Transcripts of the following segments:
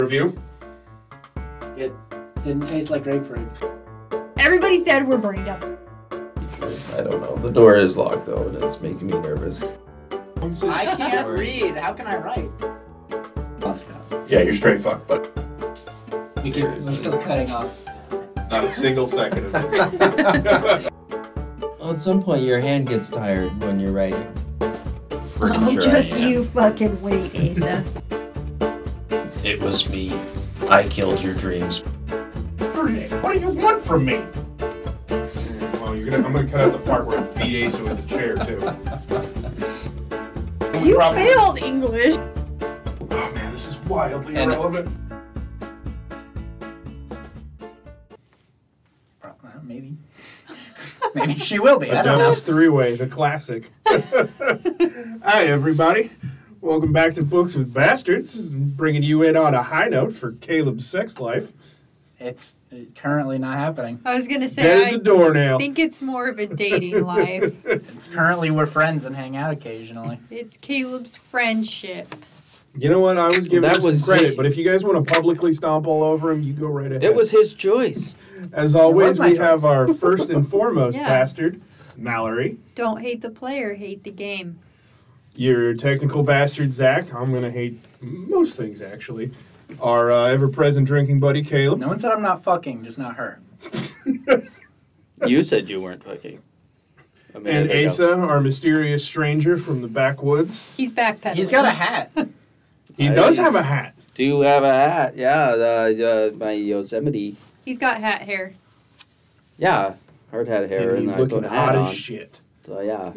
Review? It didn't taste like grapefruit. Everybody's dead. We're burning down. I don't know. The door is locked though, and it's making me nervous. I can't read. How can I write? Moscows. Yeah, you're straight fucked, but We can, we're still cutting off. not a single second of it. Well, at some point, your hand gets tired when you're writing. Pretty Oh, sure I just am. you fucking wait, Asa. It was me. I killed your dreams. What do you want from me? Well, you're gonna, I'm gonna cut out the part where it beat Asa with the chair, too. We You probably- failed English. Oh man, this is wildly And- irrelevant. Uh, Maybe. Maybe she will be. I A don't know. Devil's Three Way, the classic. Hi, everybody. Welcome back to Books with Bastards. Bringing you in on a high note for Caleb's sex life. It's currently not happening. I was gonna say. Dead as a doornail. think it's more of a dating life. It's currently we're friends and hang out occasionally. It's Caleb's friendship. You know what? I was giving That that was was credit, it. but if you guys want to publicly stomp all over him, you go right ahead. It was his choice. As always, It was my we choice. have our first and foremost Yeah. bastard, Mallory. Don't hate the player, hate the game. Your technical bastard, Zach. I'm gonna hate most things actually. Our uh, ever-present drinking buddy, Caleb. No one said I'm not fucking, just not her. You said you weren't fucking. A minute And ago. Asa, our mysterious stranger from the backwoods. He's backpedaling. He's got a hat. He I- does have a hat. Do you have a hat? Yeah, uh, uh, my Yosemite. He's got hat hair. Yeah, hard hat hair. and he's I looking put a hot hat as on. shit. So, yeah.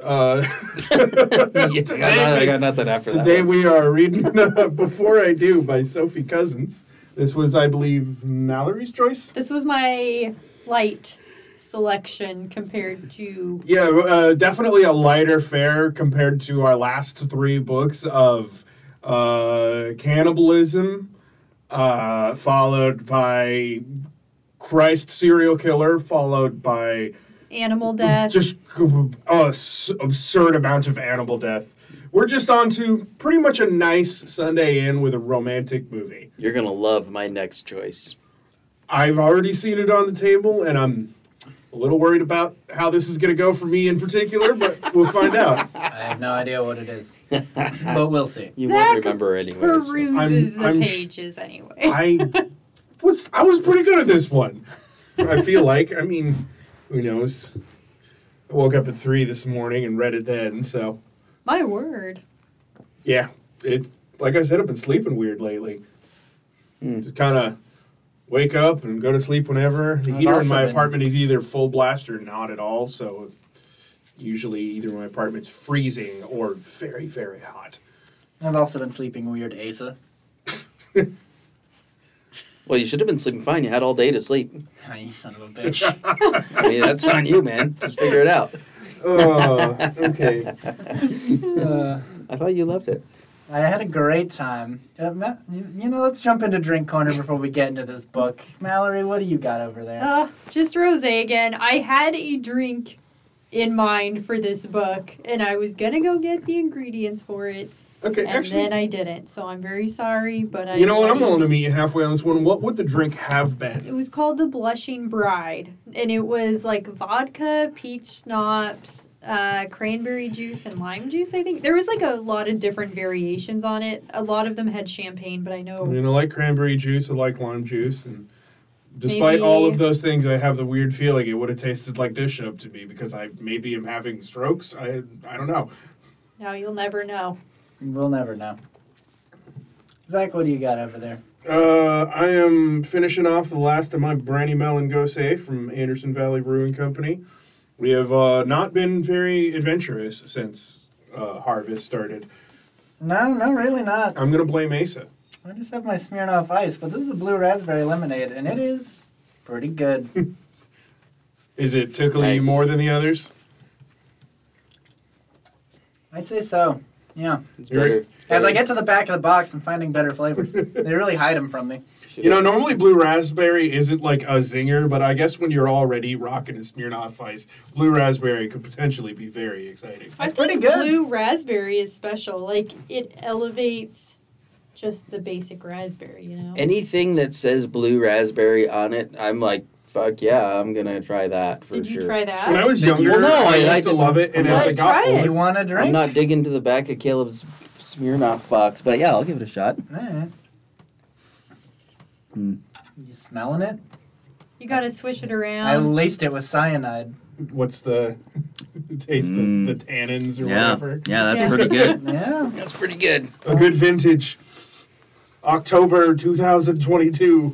uh, Yeah, I, got nothing, I got nothing after Today that. we are reading Before I Do by Sophie Cousins. This was, I believe, Mallory's choice. This was my light selection compared to Yeah, uh, definitely a lighter fare compared to our last three books of uh, cannibalism, uh, followed by Christ serial killer, followed by animal death. just an absurd amount of animal death. We're just on to pretty much a nice Sunday in with a romantic movie. You're gonna love my next choice. I've already seen it on the table, and I'm a little worried about how this is going to go for me in particular, but we'll find out. I have no idea what it is, but we'll see. You Zach won't remember anyway. so- Peruses I'm- the I'm sh- pages anyway. I was I was pretty good at this one. I feel like I mean, who knows? I woke up at three this morning and read it then, so my word. yeah. It like I said, I've been sleeping weird lately. Hmm. Just kind of wake up and go to sleep whenever. The I've heater in also my been- apartment is either full blast or not at all, so usually either my apartment's freezing or very very hot. I've also been sleeping weird, Asa. Well, you should have been sleeping fine. You had all day to sleep. Ah, you son of a bitch. I mean, that's on you, man. Just figure it out. Oh, okay. Uh, I thought you loved it. I had a great time. Uh, Ma- you you know, let's jump into drink corner before we get into this book. Mallory, what do you got over there? Uh, just rose again. I had a drink in mind for this book, and I was gonna go get the ingredients for it, Okay, and actually, then I didn't. So I'm very sorry, but I you know what? I'm I- willing to meet you halfway on this one. What would the drink have been? It was called the Blushing Bride, and it was like vodka, peach schnapps, uh, cranberry juice, and lime juice. I think there was like a lot of different variations on it. A lot of them had champagne, but I I know mean, I like cranberry juice. I like lime juice, and despite all Maybe- of those things, I have the weird feeling it would have tasted like dish soap to me because I maybe am having strokes. I I don't know. now you'll never know. We'll never know. Zach, what do you got over there? Uh, I am finishing off the last of my Brandy Melon Gose from Anderson Valley Brewing Company. We have uh, not been very adventurous since uh, harvest started. No, no, really not. I'm gonna blame Asa. I just have my Smirnoff Ice, but this is a blue raspberry lemonade, and it is pretty good. Is it tickly Nice. more than the others? I'd say so. Yeah. It's You're- better. It's As I better. get to the back of the box, I'm finding better flavors. they really hide them from me. You know, normally blue raspberry isn't like a zinger, but I guess when you're already rocking a Smirnoff Ice, blue raspberry could potentially be very exciting. I That's think pretty good. blue raspberry is special. Like it elevates just the basic raspberry, you know. Anything that says blue raspberry on it, I'm like, fuck yeah, I'm gonna try that for Did you sure. try that? When I was Did you- younger, Well, I, no, I- I used to didn't- love it, and as I Well, got try older, it. You want a drink? I'm not digging to the back of Caleb's Smirnoff box, but yeah, I'll give it a shot. Alright. Hmm. You smelling it? you gotta swish it I around. laced it with cyanide. what's the taste Mm. the, the tannins or whatever? yeah, that's Yeah. pretty good. Yeah. That's pretty good. A good vintage. October 2022.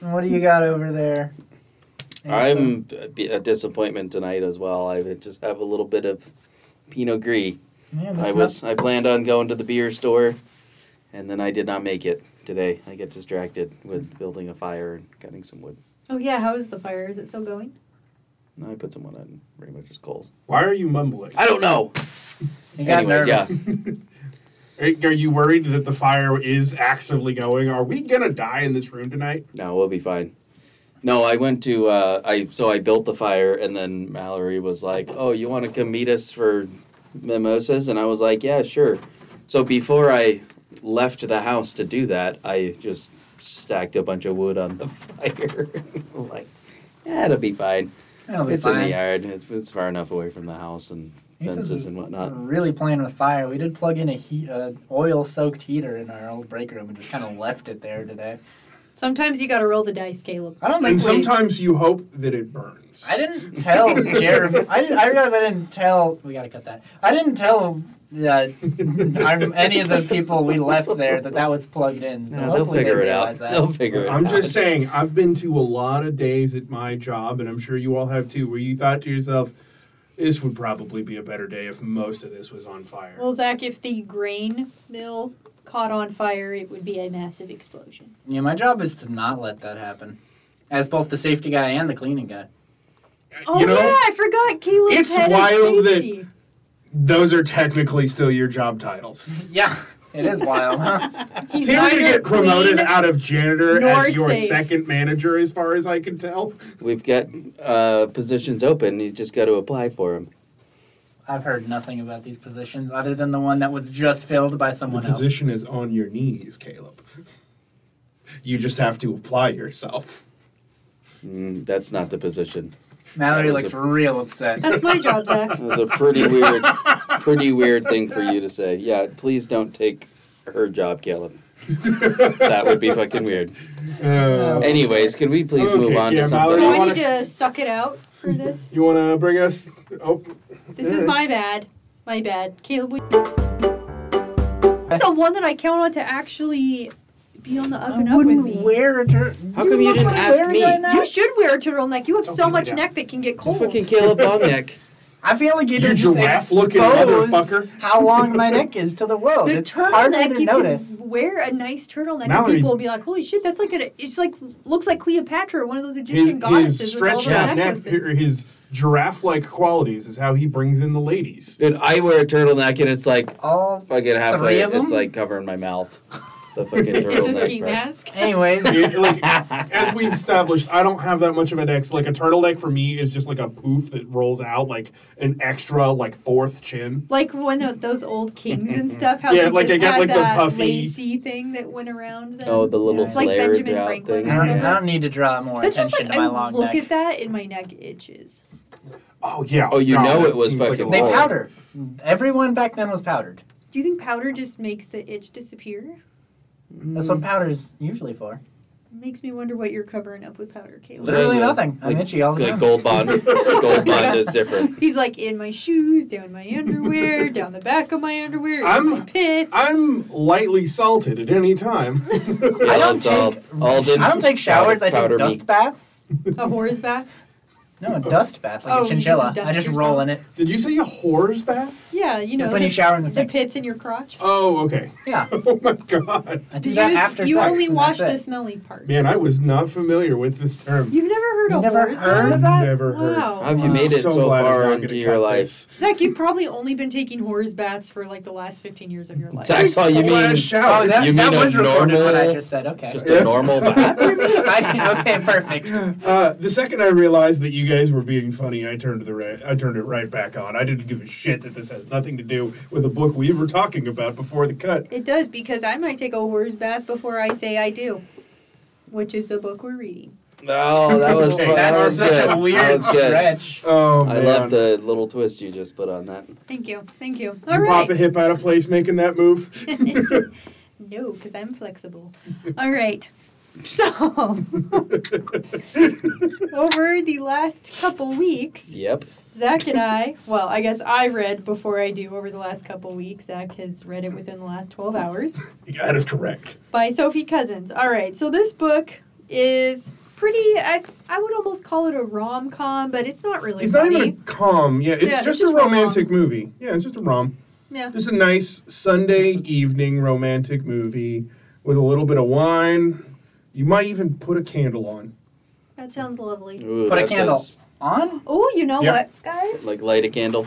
What do you got over there? I'm a b- a disappointment tonight as well. I would just have a little bit of Pinot Gris. uh, Yeah, this I was I planned on going to the beer store, and then I did not make it today. I get distracted with building a fire and cutting some wood. oh yeah, how is the fire? Is it still going? No, I put some wood on pretty much just coals. Why are you mumbling? I don't know. smells- You got Anyways, nervous. yeah. Are, are you worried that the fire is actively going? Are we gonna die in this room tonight? No, we'll be fine. No, I went to uh, I so I built the fire, and then Mallory was like, "Oh, you want to come meet us for mimosas?" And I was like, "Yeah, sure." So before I left the house to do that, I just stacked a bunch of wood on the fire. like, yeah, it'll be fine. It'll be it's in fine. the yard. It's, it's far enough away from the house and He says fences it- and We're whatnot. really playing with fire. We did plug in a heat, uh, oil-soaked heater in our old break room and just kind of left it there today. Sometimes you gotta roll the dice, Caleb. I don't think And we, sometimes you hope that it burns. I didn't tell Jeremy. I, didn't, I realized I didn't tell. We gotta cut that. I didn't tell uh, I'm- any of the people we left there that that was plugged in. So Yeah, they'll hopefully they figure it out. realize That. They'll figure it I'm out. just saying, I've been to a lot of days at my job, and I'm sure you all have too, where you thought to yourself, this would probably be a better day if most of this was on fire. Well, Zach, if the grain mill caught on fire, it would be a massive explosion. yeah, my job is to not let that happen, as both the safety guy and the cleaning guy. Oh you know, yeah, I forgot Caleb it's had wild that- safety. those are technically still your job titles. Yeah, it is wild. Huh? He's See, when you neither get promoted clean- out of janitor nor as your safe. second manager, as far as I can tell. We've got uh, positions open. You just got to apply for them. I've heard nothing about these positions other than the one that was just filled by someone the else. position is on your knees, Caleb. You just have to apply yourself. Mm, that's not the position. Mallory That was looks a- real upset. That's my job, Zach. That was a pretty weird, pretty weird thing for you to say. Yeah, please don't take her job, Caleb. that would be fucking weird. Oh. Uh, Anyways, can we please move Okay, on yeah, to Mallory, something? Do you I wanna- need to suck it out for this? you want to bring us? Oh, This is my bad. My bad. Caleb, we... The one that I count on to actually be on the up and I up with wouldn't me. wear a tur- How come you look didn't what I'm ask wearing me? right now. You should wear a turtleneck. You have Don't so give me much that. neck that can get You cold. fucking Caleb Bomneck. I feel like you, You didn't just giraffe-looking expose motherfucker. how long my neck is to the world. the it's harder turtleneck to you notice. can wear a nice turtleneck Mallory- and people will be like, "Holy shit, that's like a it's like looks like Cleopatra, one of those Egyptian his, goddesses his with all stretched those out neck, necklaces." or his giraffe-like qualities is how he brings in the ladies. Dude, I wear a turtleneck and it's like All fucking halfway. Three of It's them? like covering my mouth. The fucking turtleneck. it's a ski bro. mask. anyways, It- like, as we've established, I don't have that much of a neck. So like a turtleneck for me is just like a poof that rolls out like an extra like fourth chin. Like one of those old kings and stuff, how Yeah, they like they just got, had like, the that puffy- lacy thing that went around them. Oh, the little Like flared Benjamin out Franklin. thing. I, don't, I Yeah. don't need to draw more That's just attention like to my I long look neck. at that and my neck itches. Oh yeah. Oh, you God, know that it was seems like a fucking they Whoa. lot. powder. Everyone back then was powdered. Do you think powder just makes the itch disappear? That's Mm. what powder's usually for. Makes me wonder what you're covering up with powder, Caleb. Literally Like- nothing. I'm like- itchy all the Like time. Gold Bond. Gold Bond is different. He's like in my shoes, down my underwear, down the back of my underwear, in I'm- my pits. I'm lightly salted at any time. Yeah, I don't it's all- take all the I don't take showers. I powder take me. dust baths. a whore's bath. No, a dust bath like Oh, a you just chinchilla. I dust just yourself? roll in it. Did you say a whore's bath? Yeah, you know. That's when the, you shower in the the sink. pits in your crotch. Oh, okay. Yeah, Oh my god. I do you that just- after you sex. only and wash that's the it. smelly parts. Man, I was not familiar with this term. You've never heard You of never whores? heard I've of that? Never heard. Wow. How have you Wow. made it so, so glad I'm far not gonna into your cut life? this. Zach, you've probably only been taking whores baths for like the last 15 years of your life. That's all you mean. Flash out. Oh, that, You that mean a was recorded what I normal- just said. Okay. Just Yeah. a normal bath. I- okay, perfect. Uh, the second I realized that you guys were being funny, I turned the right, I turned it right back on. I didn't give a shit that this has nothing to do with the book we were talking about before the cut. It does because I might take a whore's bath before I say I do, which is the book we're reading. Oh, that was Okay, fun. That's that was such good. a that weird was good. stretch. Oh I man. love the little twist you just put on that. Thank you. Thank you. You All right. pop a hip out of place making that move. No, because I'm flexible. All right. So, over the last couple weeks, Yep. Zach and I, well, I guess I read before I do over the last couple weeks. Zach has read it within the last 12 hours. that is correct. by Sophie Cousins. All right, so this book is pretty. I, I would almost call it a rom com, but it's not really. It's not funny. even a com. Yeah, it's Yeah, it's just just a romantic movie. Yeah, it's just a rom. Yeah. Just a nice Sunday evening romantic movie with a little bit of wine. You might even put a candle on. That sounds lovely. Ooh, Put a that candle. does- On? Oh, you know Mm. Yeah. what, guys? like light a candle.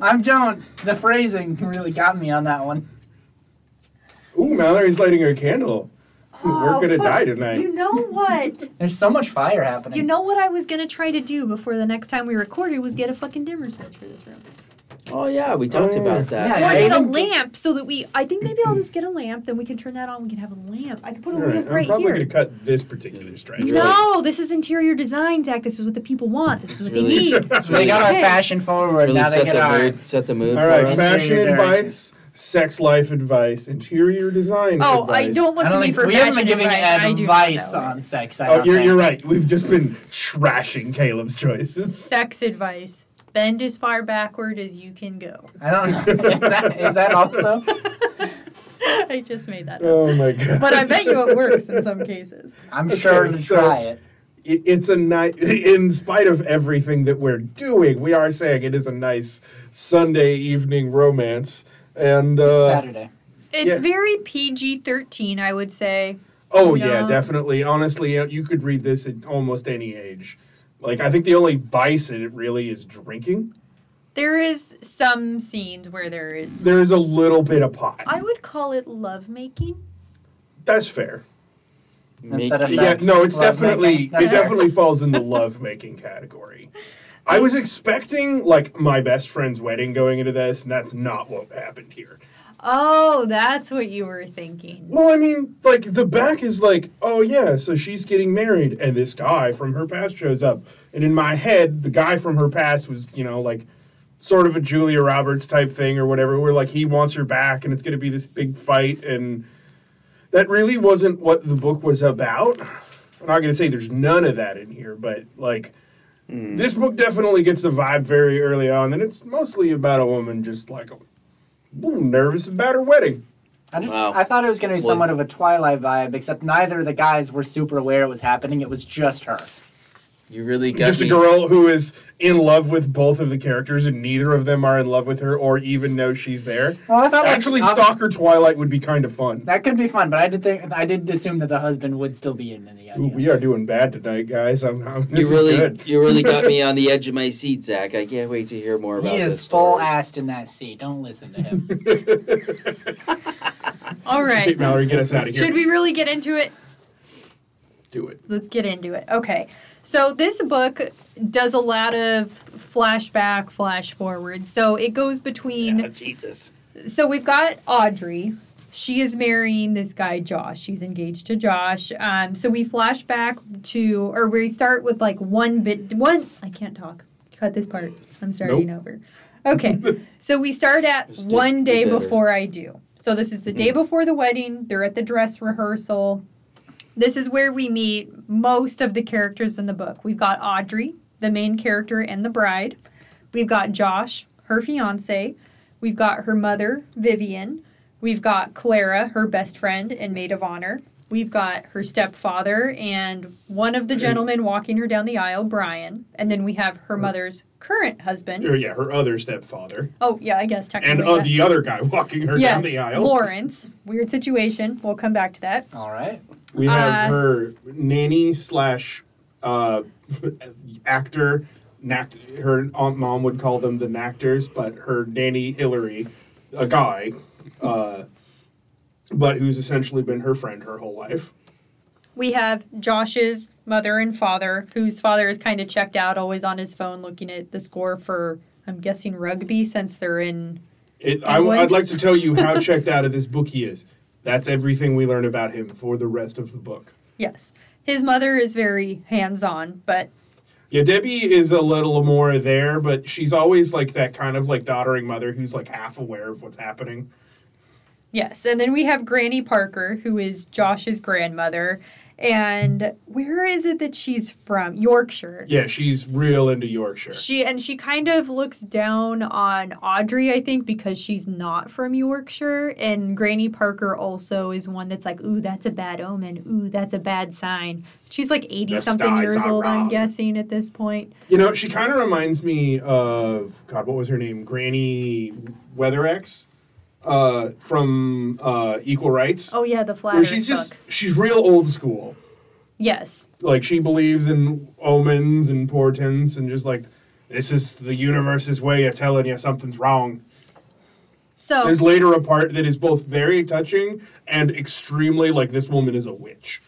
I'm Joan. The phrasing really got me on that one. Ooh, Mallory's lighting her candle. Oh, We're gonna fuck. die tonight. You know what? There's so much fire happening. you know what I was gonna try to do before the next time we recorded was get a fucking dimmer switch for this room. Oh yeah, we talked Oh, about that. Well, Yeah, I you get a can- lamp so that we. I think maybe I'll just get a lamp. Then we can turn that on. We can have a lamp. I can put a All right, lamp I'm right probably here. gonna cut this particular stretch. You're No, this is interior design, Zach. This is what the people want. This is what Really- they need. it's they really, got our Okay. fashion forward. really now they set get the our. mood. Set the mood All for right, us. fashion Interior design. advice, sex life advice, interior design Oh, advice. I don't look I to don't me think for we haven't been fashion giving advice. I do not advice know. on sex. I Oh, don't you're, think. you're right. We've just been trashing Caleb's choices. sex advice. Bend as far backward as you can go. I don't know. Is that, is that also? I just made that up. Oh my god! But I bet you it works in some cases. I'm sure Okay, to so- try it. It- it's a nice. In spite of everything that we're doing, we are saying it is a nice Sunday evening romance. And it's uh, Saturday. It's Yeah. very PG 13, I would say. oh yeah, Yeah. definitely. Honestly, uh, you could read this at almost any age. Like I think the only vice in it really is drinking. There is some scenes where there is. There is a little bit of pot. I would call it lovemaking. That's fair. Instead of Make- Yeah, sex, no, it's love definitely making. That's it fair. definitely falls in the love making category. I was expecting like my best friend's wedding going into this, and that's not what happened here. Oh, that's what you were thinking. Well, I mean, like the back is like, oh yeah, so she's getting married, and this guy from her past shows up, and in my head, the guy from her past was, you know, like sort of a Julia Roberts type thing or whatever, where like he wants her back, and it's going to be this big fight, and that really wasn't what the book was about. I'm not going to say there's none of that in here, but like. This book definitely gets the vibe very early on, and it's mostly about a woman just like a little nervous about her wedding. I just Wow. I thought it was gonna be Well- somewhat of a Twilight vibe, except neither of the guys were super aware it was happening. It was just her. You really got just me. a girl who is in love with both of the characters and neither of them are in love with her or even know she's there Oh, Well, I thought like, actually ob- stalker twilight would be kind of fun That could be fun, but I did think I did assume that the husband would still be in the Ooh, idea. we are doing bad tonight guys i'm, I'm this You really, is good you really got me on the edge of my seat, Zach. I can't wait to hear more about He this. is full story. assed in that seat. Don't listen to him. All Hey, right. mallory get us out of here Should we really get into it? do it let's get into it. Okay. So this book does a lot of flashback, flash forward. So it goes between Oh, Jesus. so we've got Audrey. She is marrying this guy Josh. She's engaged to Josh. Um, so we flash back to, or we start with like one bit. One, I can't talk. Cut this part. I'm starting over. Okay. so we start at Just do- Mm. one do day better. before I do. So this is the day before the wedding. They're at the dress rehearsal. This is where we meet most of the characters in the book. We've got Audrey, the main character, and the bride. We've got Josh, her fiance. We've got her mother, Vivian. We've got Clara, her best friend and maid of honor. we've got her stepfather and one of the gentlemen walking her down the aisle, Brian, and then we have her mother's current Or husband. yeah, her other stepfather Oh yeah, I guess technically. and uh, yes. the other guy walking her yes, down the aisle. Lawrence. Weird situation. We'll come back to that. All right. We have Uh, her nanny slash uh, actor. Nact- her aunt mom would call them the Nactors, but her nanny Hillary, a guy, uh, but who's essentially been her friend her whole life. We have Josh's mother and father, whose father is kind of checked out, always on his phone looking at the score for, I'm guessing, rugby since they're in. It, I, would Edward? like to tell you how checked out of this book he is. That's everything we learn about him for the rest of the book. Yes. His mother is very hands on, but Yeah, Debbie is a little more there, but she's always like that kind of like doddering mother who's like half aware of what's happening. yes. And then we have Granny Parker, who is Josh's grandmother. And where is it that she's from? Yorkshire. Yeah, she's real into Yorkshire. She and she kind of looks down on Audrey, I think, because she's not from Yorkshire. And Granny Parker also is one that's like, ooh, that's a bad omen. Ooh, that's a bad sign. She's like eighty That's something not- years it's not old, I'm wrong. guessing at this point. You know, she kind of reminds me of God. What was her name? Granny WeatherX uh, from uh, Equal Rights. Oh yeah, the flat. where Earth she's just book. she's real old school. yes, Like she believes in omens and portents and just like this is the universe's way of telling you something's wrong. so There's later a part that is both very touching and extremely like this woman is a witch.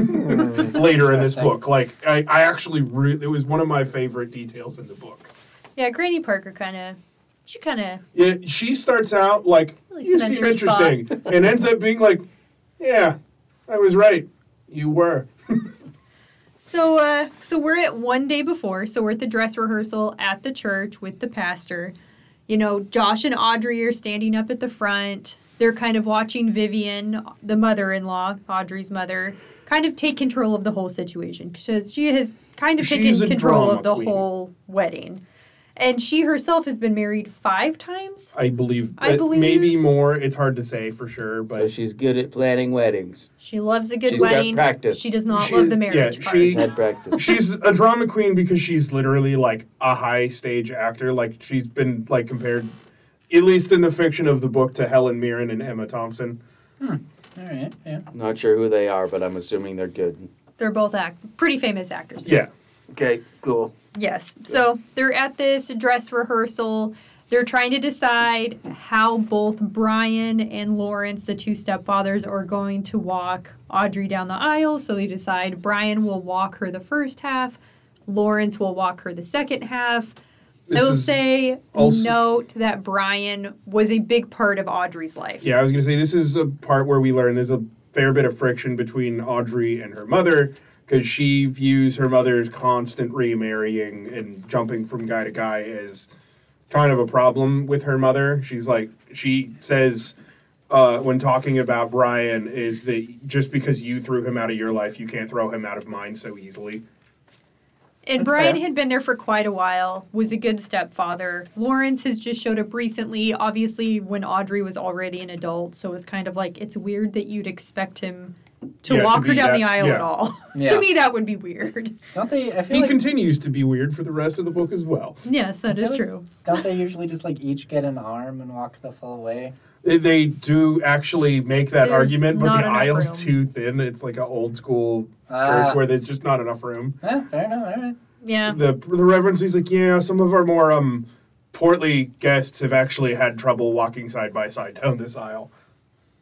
later in this Interesting. book, like I, I actually re- it was one of my favorite details in the book. yeah, Granny Parker kind of, she kind of Yeah, she starts out like Really you some seem interesting interesting, and ends up being like, "Yeah, I was right. You were." So, uh, so we're at one day before. So we're at the dress rehearsal at the church with the pastor. You know, Josh and Audrey are standing up at the front. They're kind of watching Vivian, the mother-in-law, Audrey's mother, kind of take control of the whole situation because she has kind of She's a taken control drama of the queen. whole wedding. And she herself has been married five times. I believe. I but believe- maybe more. It's hard to say for sure, So but she's good at planning weddings. She loves a good She's got wedding. practice. She does not She love is- the yeah, marriage part. she- She's had practice. she's a drama queen because she's literally like a high stage actor. Like she's been like compared, at least in the fiction of the book, to Helen Mirren and Emma Thompson. All right. Yeah. Not sure who they are, but I'm assuming they're good. They're both act- pretty famous actresses. Yeah, Okay, cool. Yes. So they're at this dress rehearsal. They're trying to decide how both Brian and Lawrence, the two stepfathers, are going to walk Audrey down the aisle. So they decide Brian will walk her the first half, Lawrence will walk her the second half. This I will is say, also- note that Brian was a big part of Audrey's life. Yeah, I was going to say this is a part where we learn there's a fair bit of friction between Audrey and her mother because she views her mother's constant remarrying and jumping from guy to guy as kind of a problem with her mother. She's like, she says uh, when talking about Brian is that just because you threw him out of your life, you can't throw him out of mine so easily. And That's Brian fair. had been there for quite a while, was a good stepfather. Lawrence has just showed up recently, obviously, when Audrey was already an adult. So it's kind of like, it's weird that you'd expect him to Yeah, to walk her be down that- the aisle at yeah. all. Yeah. to me, that would be weird. Don't they? I feel He like continues to be weird for the rest of the book as well. Yes, that is Really? true. don't they usually just like each get an arm and walk the full way? They, they do actually make that There's argument, but not the enough aisle's room. too thin. It's like an old school Ah. church where there's just not enough room. Yeah, fair enough. All right. Uh, Yeah. The the reverend he's like, yeah, some of our more um portly guests have actually had trouble walking side by side down this aisle.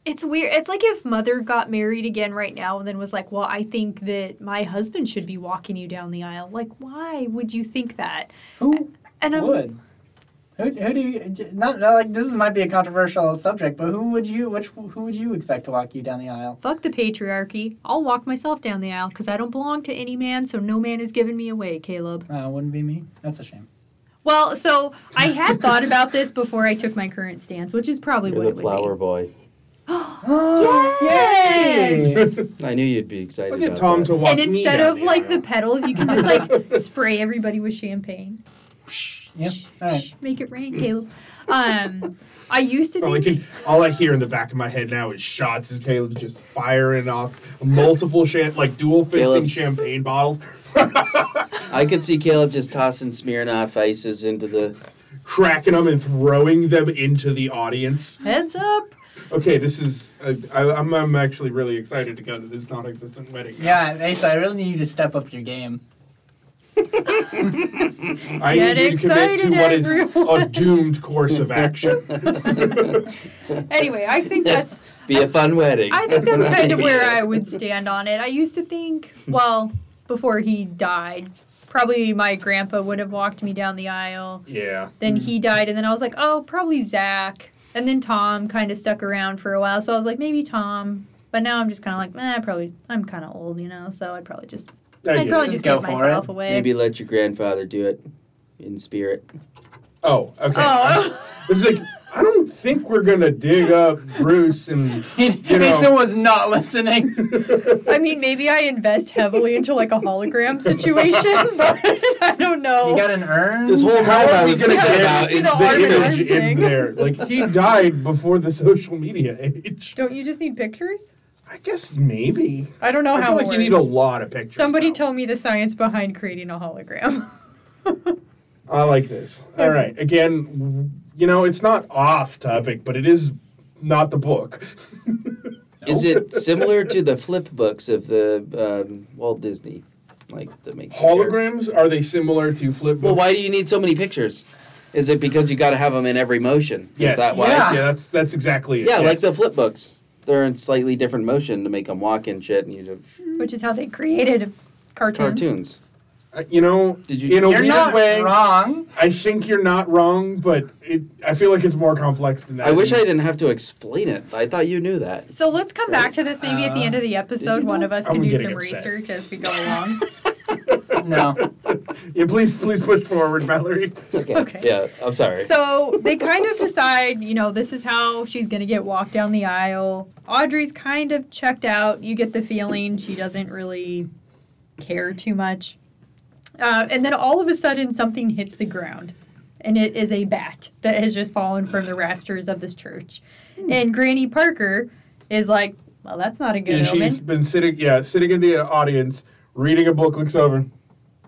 It's weird. It's like if mother got married again right now and then was like, well, I think that my husband should be walking you down the aisle. Like, why would you think that? Who And I'm. would? Who, who do you d- not, not like this might be a controversial subject, but who would you which who would you expect to walk you down the aisle? Fuck the patriarchy. I'll walk myself down the aisle because I don't belong to any man, so no man is giving me away, Caleb. Uh, wouldn't be me. That's a shame. Well, so I had thought about this before I took my current stance, which is probably You're what it the would flower boy. Yes! Yay! I knew you'd be excited I'll get about Tom that. to be. walk And me instead down of like the aisle. petals, you can just like spray everybody with champagne. Psh, Yeah. All right. Make it rain, Caleb. Um, I used Oh, to All Oh, I, think can, all I hear in the back of my head now is shots as Caleb just firing off multiple champ, like dual fisting Caleb's- champagne bottles, I could see Caleb just tossing Smirnoff ices into the. cracking them and throwing them into the audience. heads up. Okay, this is I, I, I'm I'm actually really excited to go to this non-existent wedding. now. Yeah, Asa, I really need you to step up your game. I Get need you to commit to excited, what is a everyone. doomed course of action. Anyway, I think that's Be a fun wedding. I think that's kind of where I would stand on it. I used to think, well, before he died, probably my grandpa would have walked me down the aisle. yeah, Then he died, and then I was like, oh, probably Zach. And then Tom kind of stuck around for a while, so I was like, maybe Tom. But now I'm just kind of like, eh, probably I'm kind of old, you know, so I'd probably just I I'd get probably it. Just just go give for myself it. away. Maybe let your grandfather do it in spirit. Oh, okay. Oh, It's like I don't think we're gonna dig up Bruce and know- Asa was not listening. I mean, maybe I invest heavily into like a hologram situation, but I don't know. You got an urn? This whole How time I are we was gonna thinking get about his the arm and image arm in thing. there? Like he died before the social media age. don't you just need pictures? I guess maybe. I don't know I how feel like it you need a works. lot of pictures. Somebody though. tell me the science behind creating a hologram. I like this. All right. Again, w- you know, it's not off topic, but it is not the book. Is it similar to the flip books of the um, Walt Disney, like the make Holograms are they similar to flip books? Well, why do you need so many pictures? Is it because you got to have them in every motion? Yes. Is that why? Yeah. Yeah. That's that's exactly it. Yeah, like Yes. the flip books. They're in slightly different motion to make them walk and shit, and you do Which is how they created cartoons. cartoons. Uh, you know. Did you- In a You're weird not way, wrong. I think you're not wrong, but it. I feel like it's more complex than that. I wish I didn't have to explain it. I thought you knew that. So let's come back to this maybe at the end of the episode. One of us I'm can do getting some upset. research as we go along. No. Yeah, please, please push forward, Valerie. Okay. Okay. Yeah, I'm sorry. So they kind of decide, you know, this is how she's going to get walked down the aisle. Audrey's kind of checked out. You get the feeling she doesn't really care too much. Uh, and then all of a sudden, something hits the ground. And it is a bat that has just fallen from the rafters of this church. And Granny Parker is like, well, that's not a good Yeah, omen. she's been sitting. Yeah, sitting in the uh, audience, reading a book. Looks over.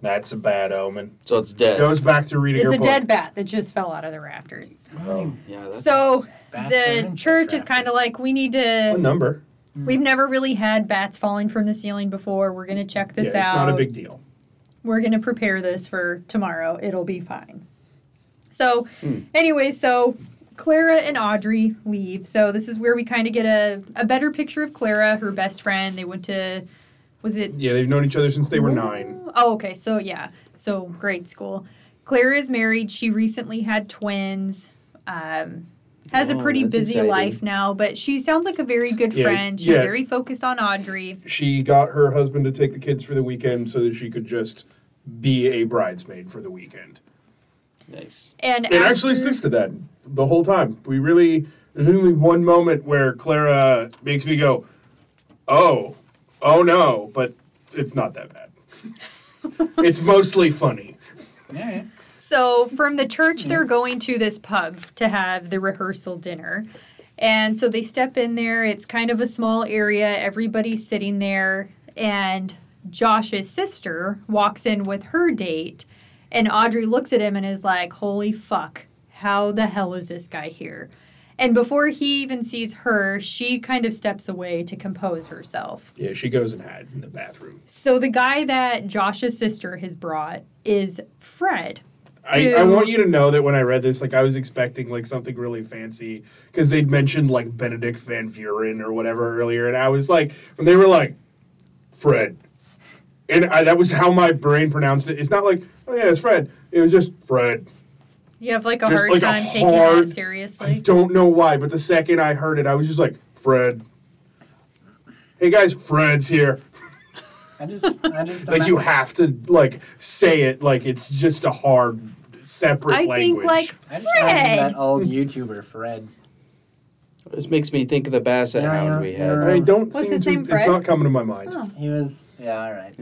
That's a bad omen. So it's dead. Goes back to reading It's her a book. dead bat that just fell out of the rafters. Oh, yeah. That's, so Bats are the in church is rafters. kind of like, we need to. What number. We've never really had bats falling from the ceiling before. We're going to check this yeah, it's out. not a big deal. We're going to prepare this for tomorrow. It'll be fine. So, Hmm. anyway, so Clara and Audrey leave. So, this is where we kind of get a, a better picture of Clara, her best friend. They went to, was it Yeah, they've known each other since they were nine. Oh, okay. So yeah. So grade school. Claire is married. She recently had twins. Um, has a Oh, pretty that's busy exciting. life now, but she sounds like a very good Yeah, friend. She's yeah. very focused on Audrey. she got her husband to take the kids for the weekend so that she could just be a bridesmaid for the weekend. nice. And It actually after- sticks to that the whole time. We really there's only one moment where Clara makes me go, "Oh, oh no!" But it's not that bad. it's mostly funny. Yeah, yeah. So from the church, they're going to this pub to have the rehearsal dinner. And so they step in there. It's kind of a small area. Everybody's sitting there. And Josh's sister walks in with her date. And Audrey looks at him and is like, Holy fuck, how the hell is this guy here? And before he even sees her, she kind of steps away to compose herself. Yeah, she goes and hides in the bathroom. So the guy that Josh's sister has brought is Fred. I, I Ew. want you to know that when I read this, like I was expecting like something really fancy because they'd mentioned like Benedict Van Vuren or whatever earlier, and I was like, when they were like, Fred, and I, that was how my brain pronounced it. It's not like, oh yeah, it's Fred. It was just Fred. You have like a Just hard like a time taking hard- that I seriously. don't know why, but the second I heard it, I was just like, Fred. Hey guys, Fred's here. I just, I just. Like you have to like say it like it's just a hard separate I language. think like I just imagine Fred. that old YouTuber Fred. This makes me think of the basset Yeah, hound yeah, we yeah. had. I don't um, What's seem his to, name, It's Fred? not coming to my mind. Oh. He was, yeah, all right.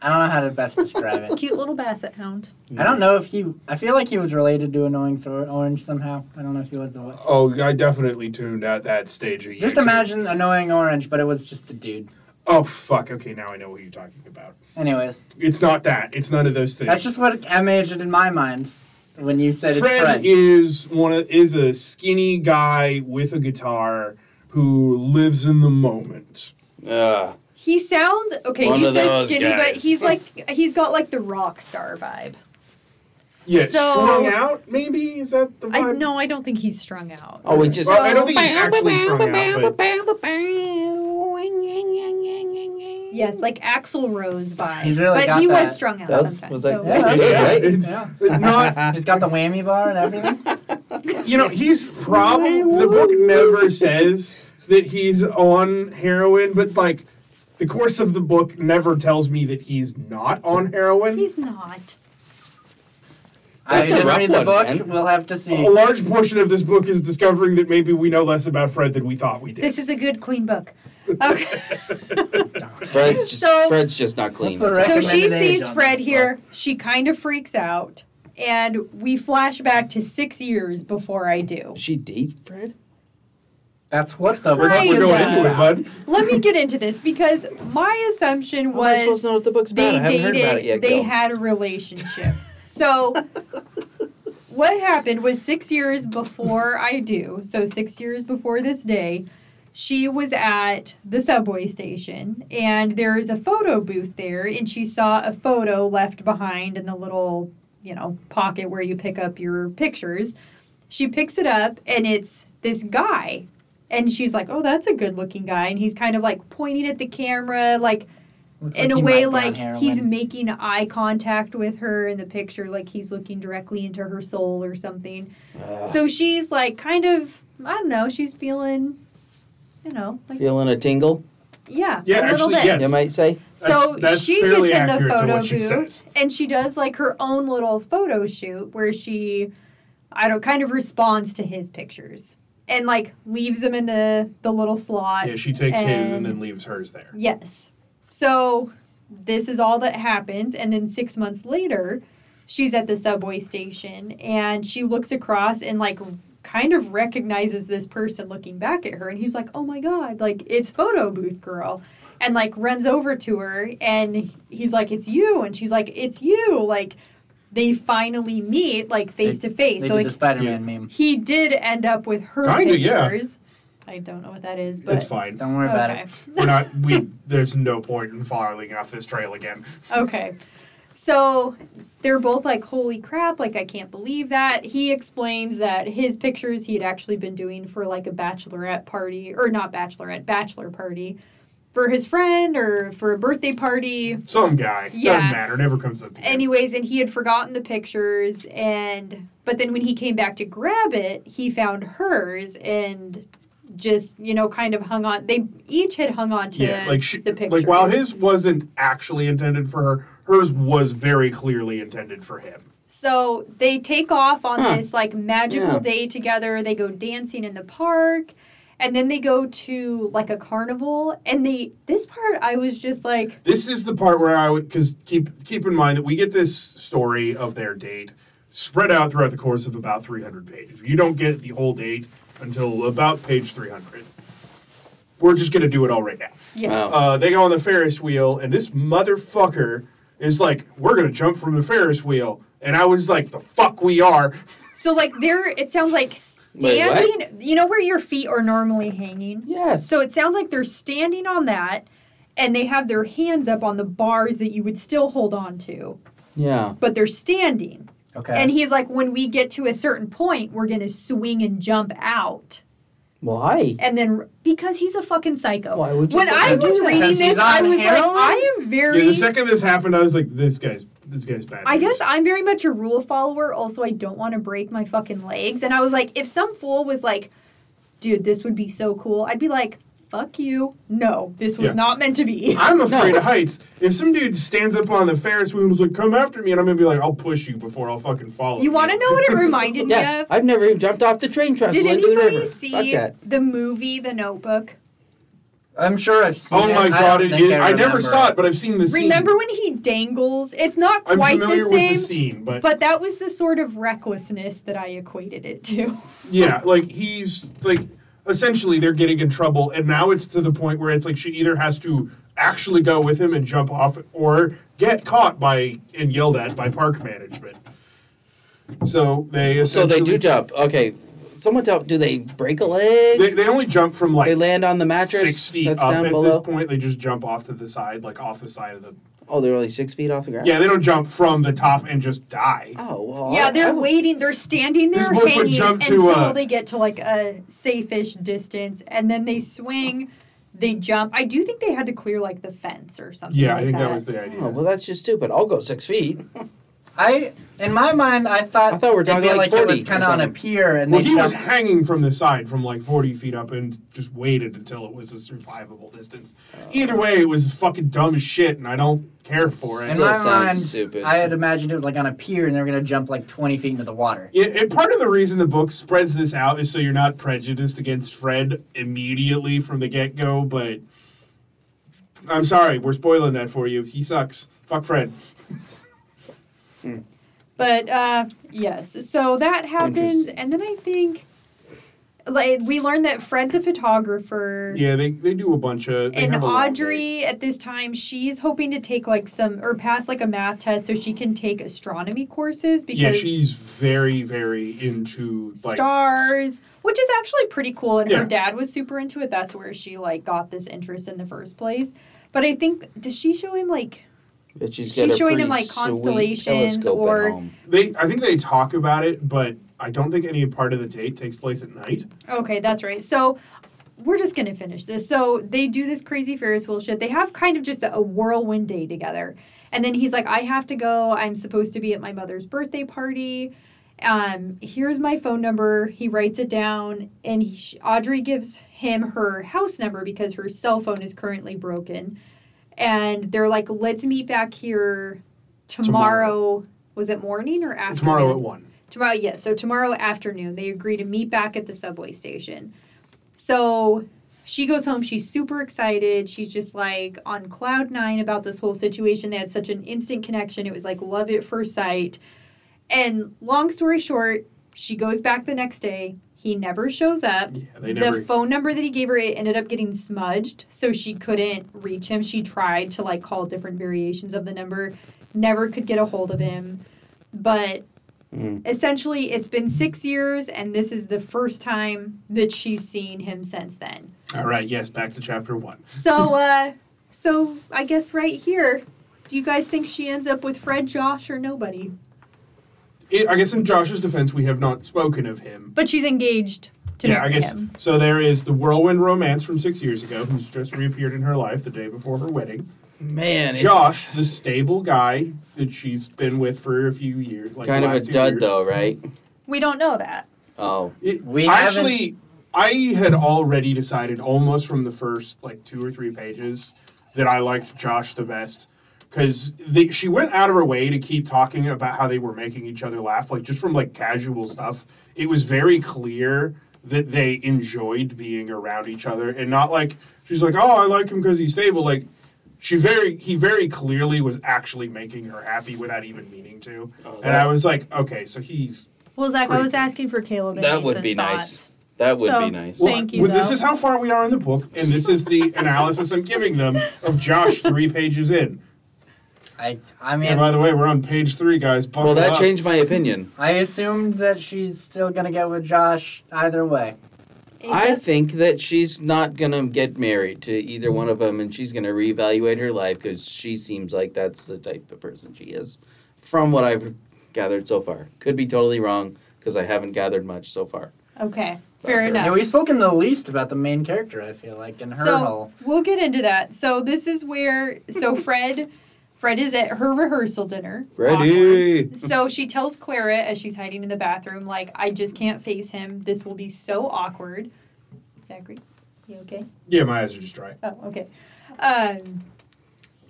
I don't know how to best describe it. Cute little basset hound. I don't know if he. I feel like he was related to Annoying Sor- Orange somehow. I don't know if he was the. What. Oh, I definitely tuned out that stage of YouTube. Just imagine Annoying Orange, but it was just the dude. Oh fuck. Okay, now I know what you're talking about. Anyways, It's not that. It's none of those things. that's just what M did in my mind when you said it's Fred, Fred. is one of, is a skinny guy with a guitar who lives in the moment. Uh, He sounds okay. One he of says those skinny, but guys. he's like he's got like the rock star vibe. Yeah, So- strung out maybe is that the I vibe? no, I don't think he's strung out. oh, it's just Well, I don't think he's actually strung out, but Yes, like Axl Rose vibe. He's really but got he that. was strung out That was- sometimes. was that- so- Yeah, that's Yeah, right. it's- Yeah. but not. He's got the whammy bar and everything. You know, he's probably the book never says that he's on heroin, but like the course of the book never tells me that he's not on heroin. He's not. I That's a didn't rough read the one, book. man. We'll have to a see. large portion of this book is discovering that maybe we know less about Fred than we thought we did. This is a good clean book. Okay. Fred's just So- Fred's just not clean. That's the so she Recommended age sees on Fred this here. She kind of freaks out. And we flash back to six years before I do. Is she deep, Fred? That's what the we're, book Right. we're is going Yeah. into it, about. bud. Let me get into this because my assumption How am I supposed was to know what the book's about? they I haven't heard about it dated, yet. they Gil. had a relationship. so what happened was six years before I do, so six years before this day, she was at the subway station and there is a photo booth there and she saw a photo left behind in the little, you know, pocket where you pick up your pictures. She picks it up and it's this guy. And she's like, "Oh, that's a good-looking guy." And he's kind of like pointing at the camera like Looks in like a he way might be on like he's heroin. making eye contact with her in the picture like he's looking directly into her soul or something Ah, so she's like kind of i don't know she's feeling you know like feeling a tingle, yeah, Yeah, a little actually, bit you yes. might say. so That's- that's she fairly gets in the accurate to photo what she booth says. and she does like her own little photo shoot where she i don't kind of responds to his pictures and like leaves them in the the little slot Yeah, she takes his and And- then leaves hers there. Yes. So this is all that happens. And then six months later, she's at the subway station and she looks across and, like, kind of recognizes this person looking back at her. And he's like, oh my God, like, it's photo booth girl. And, like, runs over to her and he's like, it's you. And she's like, it's you. Like, they finally meet, like, face to They face. did So, like, the Spider-Man meme. he did end up with her Kinda, yeah. pictures. I don't know what that is, but. It's fine. Don't worry about it. We're not. We there's no point in following off this trail again. Okay. So they're both like, holy crap, like, I can't believe that. He explains that his pictures he had actually been doing for like a bachelorette party, or not bachelorette, bachelor party for his friend or for a birthday party. Some guy Yeah. doesn't matter. Never comes up. Again. Anyways, and he had forgotten the pictures. And, but then when he came back to grab it, he found hers and just, you know, kind of hung on. They each had hung on to yeah, like she, the pictures. like while his wasn't actually intended for her, hers was very clearly intended for him. So they take off on Huh. this like magical Yeah. day together. They go dancing in the park and then they go to like a carnival and they this part I was just like This is the part where I would because keep keep in mind that we get this story of their date spread out throughout the course of about 300 pages. You don't get the whole date until about page 300. We're just gonna do it all right now. yes. Wow. Uh, they go on the Ferris wheel, and this motherfucker is like, "We're gonna jump from the Ferris wheel," and I was like, "The fuck we are!" So like there it sounds like Wait, what? standing you know where your feet are normally hanging? Yes. So it sounds like they're standing on that and they have their hands up on the bars that you would still hold on to, yeah. but they're standing. Okay. And he's like, when we get to a certain point, we're gonna swing and jump out. Why? and then because he's a fucking psycho. Why would you when think I I'd was do that? reading Because he's this, I on was like, heroin? I am Yeah, very. the second this happened, I was like, "This guy's this guy's bad." I news." guess I'm very much a rule follower. Also, I don't want to break my fucking legs. And I was like, if some fool was like, dude, this would be so cool, I'd be like, fuck you. No, this was Yeah. not meant to be. I'm afraid of heights. If some dude stands up on the Ferris wheel and is like, "Come after me," and I'm gonna be like, "I'll push you before I'll fucking follow." You want to know what it reminded me Yeah, of? I've never even jumped off the train trestle Did into the river. anybody Fuck see that. the movie The Notebook? I'm sure I've seen Oh it. my I god, don't it think is. I, never remember saw it, but I've seen the scene. Remember when he dangles? It's not I'm quite the familiar same. with the scene, but, But that was the sort of recklessness that I equated it to. yeah, like he's like essentially they're getting in trouble, and now it's to the point where it's like she either has to actually go with him and jump off, or get caught by and yelled at by park management. So they So they do essentially- jump. Okay, someone tell. Do they break a leg? They, They, they only jump from like land on the mattress. six feet that's up down at this below. point. They just jump off to the side, like off the side of the. Oh, they're only six feet off the ground. Yeah, they don't jump from the top and just die. Oh well. yeah, I they're was- waiting. They're standing This there book would hanging jump to, until uh, they get to like a safe-ish distance, and then they swing. They jump. I do think they had to clear like the fence or something. Yeah, I like think that was the idea. Oh, well, that's just stupid. I'll go six feet. I in my mind, I thought I thought we were it'd be talking like like, it 40 was kind of or on a something. pier, and Well, they he was jumped. hanging from the side from like 40 feet up and just waited until it was a survivable distance. Oh. Either way, it was fucking dumb as shit, and I don't care for in it. Still my sounds mind, stupid. I had imagined it was like on a pier, and they were gonna jump like 20 feet into the water. Yeah, and part of the reason the book spreads this out is so you're not prejudiced against Fred immediately from the get go, but I'm sorry, we're spoiling that for you. He sucks. Fuck Fred. But uh, yes, so that happens, Interesting. and then I think like we learned that Fred's a photographer. Yeah, they, they do a bunch of. they and have a lot of- Audrey at this time she's hoping to take like some or pass like a math test so she can take astronomy courses because Yeah, she's very, very into like stars, which is actually pretty cool. And Yeah. her dad was super into it. That's where she like got this interest in the first place. But I think does she show him like But she's, She's got a showing him, pretty like, sweet constellations telescope or- At home. They, I think they talk about it, but I don't think any part of the date takes place at night. Okay, that's right. So we're just gonna finish this. So they do this crazy Ferris wheel shit. They have kind of just a whirlwind day together, and then he's like, "I have to go. I'm supposed to be at my mother's birthday party. Um, here's my phone number." He writes it down, and he, sh- Audrey gives him her house number because her cell phone is currently broken. And they're like, "Let's meet back here tomorrow." Was it morning or afternoon? Tomorrow at one. Tomorrow, yeah. So tomorrow afternoon, they agree to meet back at the subway station. So she goes home. She's super excited. She's just like on cloud nine about this whole situation. They had such an instant connection. It was like love at first sight. And long story short, she goes back the next day. He never shows up. Yeah, they never. The phone number that he gave her it ended up getting smudged, so she couldn't reach him. She tried to like call different variations of the number, never could get a hold of him. But Hmm. Mm. essentially, it's been six years, and this is the first time that she's seen him since then. All right. Yes. Back to chapter one. So, uh, so I guess right here, do you guys think she ends up with Fred, Josh, or nobody? It, I guess in Josh's defense, we have not spoken of him. But she's engaged to yeah. marry I guess him. so. There is the whirlwind romance from six years ago, who's just reappeared in her life the day before her wedding. Man, it- Josh, the stable guy that she's been with for a few years, like kind the of a last two dud years. though, right? We don't know that. Oh, It, We actually, I had already decided almost from the first like two or three pages that I liked Josh the best because she went out of her way to keep talking about how they were making each other laugh, like just from like casual stuff. It was very clear that they enjoyed being around each other and not like she's like, oh, I like him because he's stable. Like she very he very clearly was actually making her happy without even meaning to, and I was like, okay, so he's Well, Zach, I Pretty was asking for Caleb. And that would Lisa's be thoughts. nice. That would So- be nice. Well- Thank you, well, this though. is how far we are in the book, and this is the analysis I'm giving them of Josh three pages in. I, I And mean, by the way, we're on page three, guys. Buckle Well, that up. changed my opinion. I assumed that she's still gonna get with Josh either way. I think that she's not gonna get married to either one of them, and she's gonna reevaluate her life because she seems like that's the type of person she is, from what I've gathered so far. Could be totally wrong because I haven't gathered much so far. Okay, fair Okay. enough. Yeah, we've spoken the least about the main character. I feel like in her So- whole. We'll get into that. So this is where so Fred Fred is at her rehearsal dinner. Ready? Awkward. So she tells Clara as she's hiding in the bathroom, like, I just can't face him. This will be so awkward. Zachary, you okay? Yeah, my eyes are just dry. Oh, okay. Um,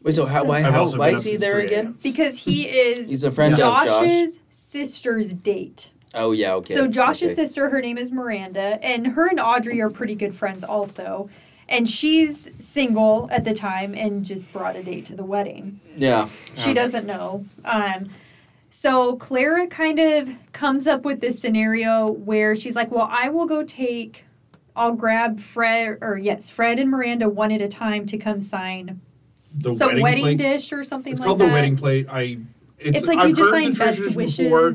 Wait, so how, why, I've how, also why been up is he since there 3 a.m. again? because he is He's a friend of Josh. Josh's sister's date. Oh yeah, okay. So Josh's okay. sister, her name is Miranda, and her and Audrey are pretty good friends also. And she's single at the time and just brought a date to the wedding. Yeah. Oh. She doesn't know. Um, so Clara kind of comes up with this scenario where she's like, "Well, I will go take, I'll grab Fred or yes, Fred and Miranda one at a time to come sign The some wedding, plate. dish or something It's like called that." the wedding plate. I. It's, It's, like I've you just heard sign the best treasures wishes. before,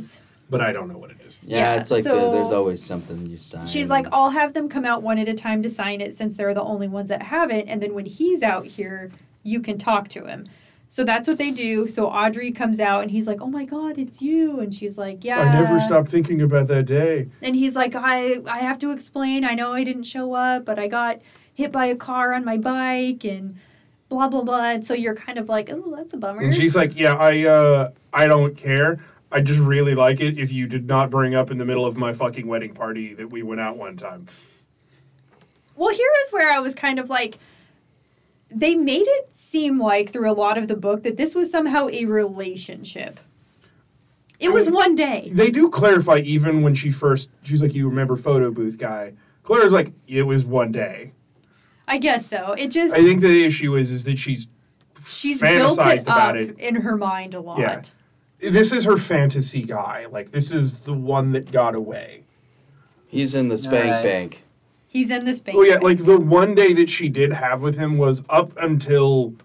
but I don't know what it is. Yeah, Yeah, it's like so- uh, there's always something you sign. She's like, I'll have them come out one at a time to sign it since they're the only ones that have it. And then when he's out here, you can talk to him. So that's what they do. So Audrey comes out and he's like, Oh my God, it's you. And she's like, Yeah. I never stopped thinking about that day. And he's like, I, I have to explain. I know I didn't show up, but I got hit by a car on my bike and blah, blah, blah. And so you're kind of like, Oh, that's a bummer. And she's like, "Yeah, I uh, I don't care. I just really like it if you did not bring up in the middle of my fucking wedding party that we went out one time." Well, here is where I was kind of like, they made it seem like through a lot of the book that this was somehow a relationship. It was one day. They do clarify even when she first. She's like, "You remember photo booth guy?" Claire's like, "It was one day." I guess so. It just, I think the issue is is that she's she's built fantasized it about up it. in her mind a lot. Yeah. this is her fantasy guy. Like this is the one that got away. he's in the spank Alright. bank. He's in this bank. Oh yeah, like the one day that she did have with him was up until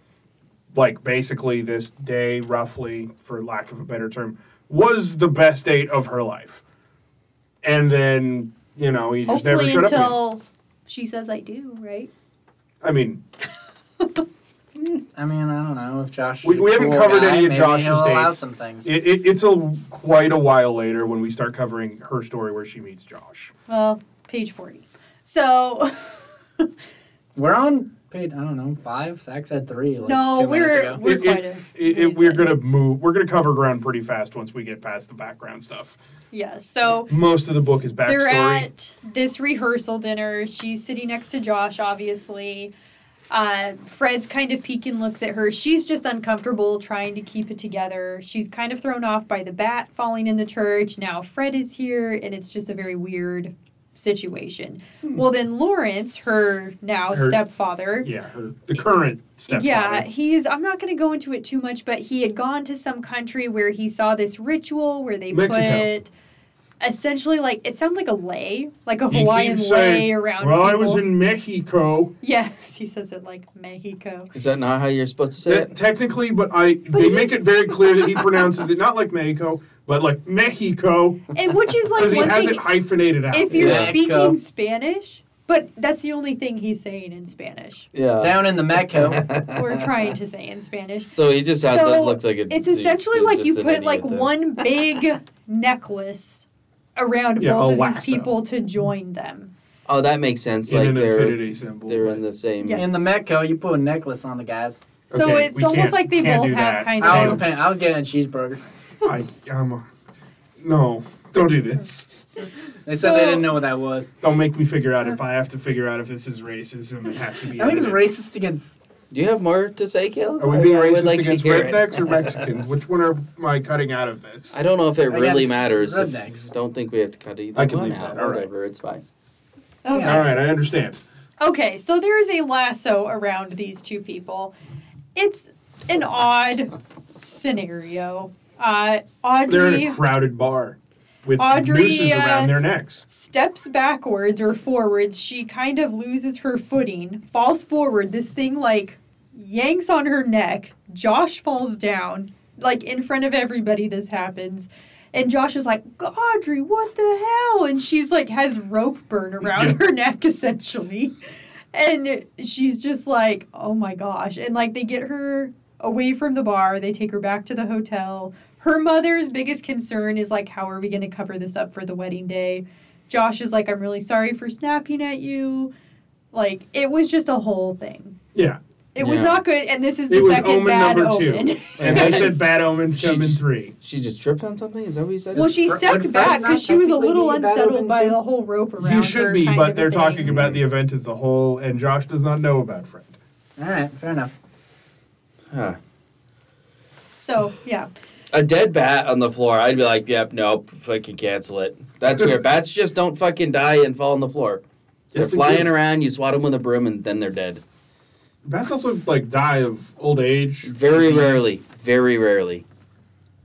like basically this day roughly for lack of a better term was the best date of her life. And then, you know, he just Hopefully never showed up. again. until she says I do, right? I mean, I mean, I don't know if Josh. We- is a we haven't cool covered guy, any of maybe Josh's he'll Allow dates. some things. it, it, it's a quite a while later when we start covering her story where she meets Josh. Well, page 40. So, We're on page. I don't know five. Zach said three. Like no, two minutes we're, ago. we're It- quite a. It, ways it, we're in. going to move we're going to cover ground pretty fast once we get past the background stuff. Yeah, so. Most of the book is They're backstory. at this rehearsal dinner. She's sitting next to Josh, obviously. Uh, Fred's kind of peeking, looks at her. She's just uncomfortable trying to keep it together. She's kind of thrown off by the bat falling in the church. Now Fred is here, and it's just a very weird situation. Well, then Lawrence, her now Hmm. Her- stepfather, yeah, her, the current stepfather. yeah, he's. I'm not going to go into it too much, but he had gone to some country where he saw this ritual where they Mexico. put essentially like it sounded like a lay, like a He Hawaiian keeps lay saying, around. Well, I people." was in Mexico. Yes, he says it like Mexico. Is that not how you're supposed to say That- it? Uh, technically, but I they he's- make it very clear that he pronounces it not like Mexico, but like Mexico And which is like because he one has thing it hyphenated out. if you're Yeah. Mexico. speaking Spanish, but that's the only thing he's saying in Spanish. Yeah. down in the Mecca. We're trying to say in Spanish. So he just sounds So, looks like a, It's he- essentially he's like just you an put like idiot then. one big necklace around Yeah, a both of lasso. these people to join them. Oh, that makes sense. in like an they're infinity symbol. they're but- in the same. Yeah. in the Mecca, you put a necklace on the guys. So Okay, it's we almost can't- like they can't both do have that. kind I was, Damn. a of. pan- I was getting a cheeseburger. I, I'm a, no, don't do this. They said they So- didn't know what that was. Don't make me figure out if I have to figure out if this is racism. It has to be. I think it's edited. racist against. Do you have more to say, Caleb? Are we I- being I would racist like to against hear it. rednecks or Mexicans? Which one am I cutting out of this? I don't know if it I really guess matters. if- rednecks. don't think we have to cut either I can one leave out. that, all right. Whatever, it's fine. Okay. All right, I understand. Oh, okay, so there is a lasso around these two people. It's an odd scenario. Uh, They're in Audrey a crowded bar with Audrey, nooses uh, around their necks. steps backwards or forwards. She kind of loses her footing, falls forward. This thing like yanks on her neck. Josh falls down, like in front of everybody. This happens. And Josh is like, Audrey, what the hell? And she's like, has rope burn around Yeah. her neck, essentially. And she's just like, oh my gosh. And like, they get her away from the bar, they take her back to the hotel. Her mother's biggest concern is like, how are we going to cover this up for the wedding day? Josh is like, I'm really sorry for snapping at you. Like, it was just a whole thing. Yeah. It was Yeah. not good, and this is the It was second omen bad number two. omen. And they said Yes. bad omens She come in just- three. She just tripped on something. Is that what you said? Well, she Would stepped Fred back not because she was a technically little be a bad unsettled omen by too? the whole rope around. You should her be, kind of but a they're thing. talking about the event as a whole, and Josh does not know about Fred. All right, fair enough. Huh. So yeah, a dead bat on the floor. I'd be like, yep, nope, fucking cancel it. That's weird. Bats just don't fucking die and fall on the floor. They're Yes, they flying do. around. You swat them with a broom, and then they're dead. Bats also like die of old age. Very disease. rarely. Very rarely.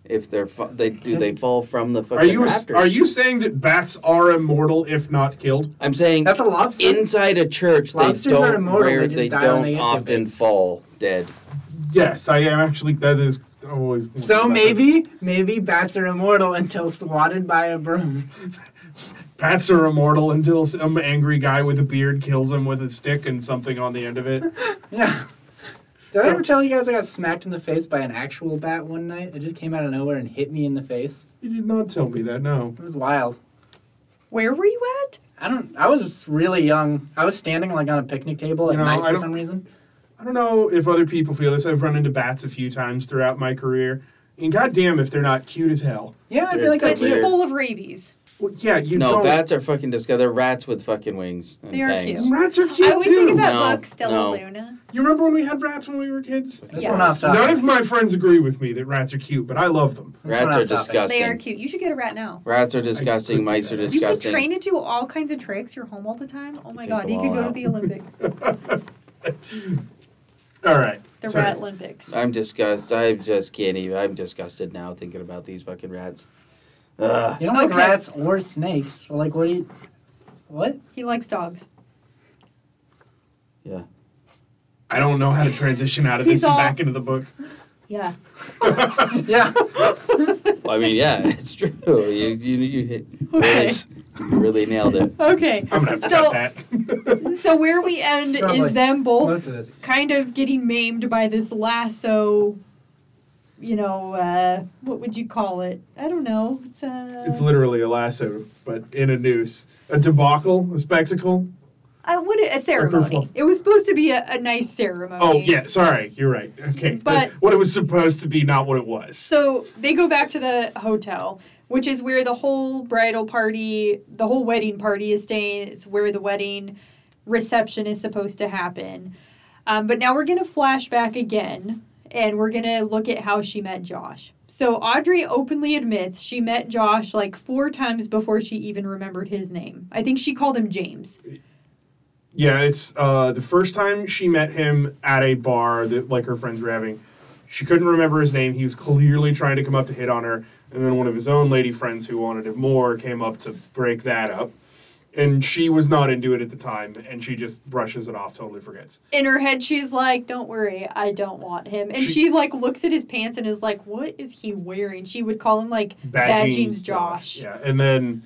If they're fa- they do they fall from the fucking Are you raptor. are you saying that bats are immortal if not killed? I'm saying That's a lobster. inside a church they Lobsters don't are immortal, they rare- just they die when don't they get too often big. fall dead. Yes, I am actually. That is oh, always. so maybe, maybe bats are immortal until swatted by a broom. bats are immortal until some angry guy with a beard kills him with a stick and something on the end of it. Yeah. Did I ever tell you guys I got smacked in the face by an actual bat one night? It just came out of nowhere and hit me in the face. You did not tell me that. No. It was wild. Where were you at? I don't. I was just really young. I was standing like on a picnic table at You know, night I for don't- some reason. I don't know if other people feel this. I've run into bats a few times throughout my career, and goddamn if they're not cute as hell. Yeah, I They're feel like "Oh, But that's it's weird. full of rabies. Well, yeah, you no, don't. bats are fucking disgusting. They're rats with fucking wings and They are fangs. cute. Rats are I cute always too. think of that No, book, Stella no. Luna. you remember when we had rats when we were kids? This Yeah. one off top. None of my friends agree with me that rats are cute, but I love them. This one Rats are off topic. disgusting. They are cute. You should get a rat now. Rats are disgusting. Mice are You You could disgusting. train it to all kinds of tricks. You're home all the time. Oh my Take god, them you could all go to out. the Olympics. All right. The sorry. Uh, Rat Olympics. I'm disgusted. I just can't even. I'm disgusted now thinking about these fucking rats. Ugh. You don't like Okay. rats or snakes. Well, like, what do you? What? He likes dogs. I don't know how to transition out of He's this and all- back into the book. Yeah. Yeah. Well, I mean, yeah, it's true. You you you hit. Okay. Rats. You really nailed it. Okay. I'm gonna have to So- cut that. So where we end Probably. is them both Most of this. kind of getting maimed by this lasso. You know, uh, what would you call it? I don't know. It's uh, a. It's literally a lasso, but in a noose. A debacle, a spectacle. I would a ceremony. kerfuffle. It was supposed to be a, a nice ceremony. Oh yeah, sorry, you're right. Okay, But- Like, what it was supposed to be, not what it was. So they go back to the hotel, which is where the whole bridal party, the whole wedding party is staying. It's where the wedding reception is supposed to happen. Um, but now we're going to flash back again and we're going to look at how she met Josh. So Audrey openly admits she met Josh like four times before she even remembered his name. I think she called him James. Yeah, it's uh, the first time she met him at a bar that like her friends were having. She couldn't remember his name. He was clearly trying to come up to hit on her, and then one of his own lady friends who wanted him more came up to break that up. And she was not into it at the time, and she just brushes it off, totally forgets. in her head she's like don't worry i don't want him and she, She- like looks at his pants and is like what is he wearing she would call him like bad, jeans, josh, Yeah, and then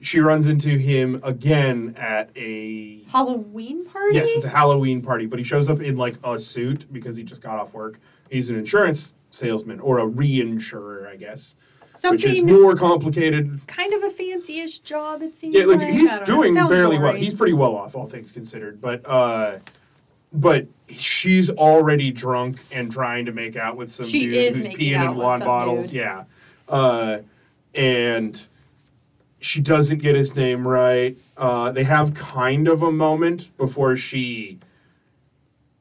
she runs into him again at a halloween party yes, it's a Halloween party, but he shows up in like a suit because he just got off work. He's an insurance salesman or a reinsurer, I guess, which is something more complicated. kind of a fancy-ish job it seems Yeah, like like. he's I don't know. It doing sounds fairly well. boring. He's pretty well off, all things considered, but uh but she's already drunk and trying to make out with some She dude is who's making peeing out in with wine some bottles. dude. Yeah. Uh, and she doesn't get his name right. Uh, they have kind of a moment before she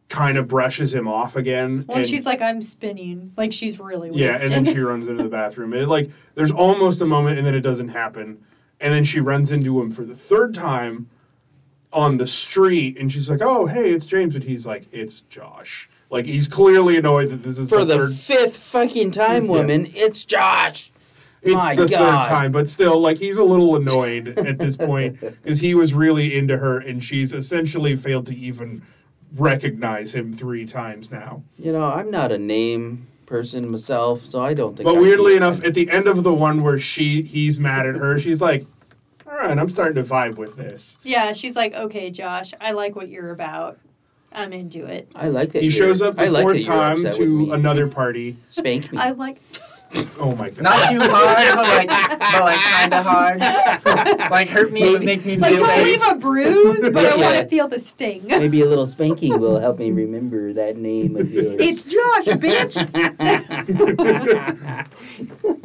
kind of brushes him off again. well and she's like i'm spinning like she's really yeah, wasted. and then she runs into the bathroom. And it, like, there's almost a moment, and then it doesn't happen. And then she runs into him for the third time on the street, and she's like, "Oh, hey, it's James," and he's like, "It's Josh." Like, he's clearly annoyed that this is For the, the third. fifth fucking time, Yeah. woman, it's Josh. It's my the God. third time, but still, like, he's a little annoyed at this point because he was really into her, and she's essentially failed to even recognize him three times now. You know, I'm not a name person myself, so I don't think. But I'd weirdly be- enough, at the end of the one where she he's mad at her, she's like, "All right, I'm starting to vibe with this." yeah she's like okay josh i like what you're about i'm into it I like that He you're- shows up the I like fourth that you're time upset with to me. another party. spank me. i like Oh my god! Not too hard, but like, but like kind of hard. Like hurt me, but make me like feel don't safe. leave a bruise but i want Yeah. to feel the sting Maybe a little spanking will help me remember that name of yours. it's josh bitch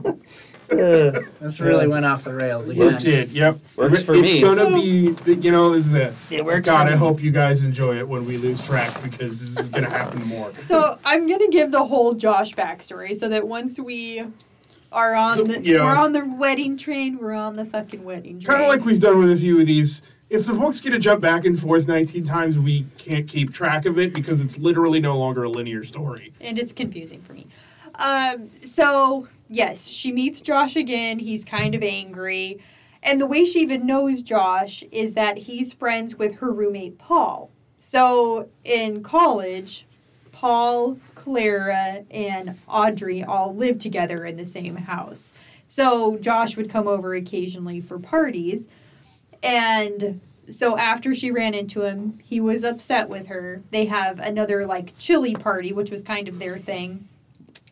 Ugh. This really went off the rails again. it did. Yep. Works for it's me. gonna be. You know, this is it. It works God, for I me. hope you guys enjoy it when we lose track because this is gonna happen more. So I'm gonna give the whole Josh backstory so that once we are on So, the yeah. we're on the wedding train, we're on the fucking wedding train. Kind of like we've done with a few of these. if the book's gonna jump back and forth 19 times, we can't keep track of it because it's literally no longer a linear story. and it's confusing for me. Um, so yes, she meets Josh again. He's kind of angry, and the way she even knows Josh is that he's friends with her roommate Paul. So in college, Paul, Clara, and Audrey all lived together in the same house. So Josh would come over occasionally for parties, and so after she ran into him, he was upset with her. They have another like chili party, which was kind of their thing.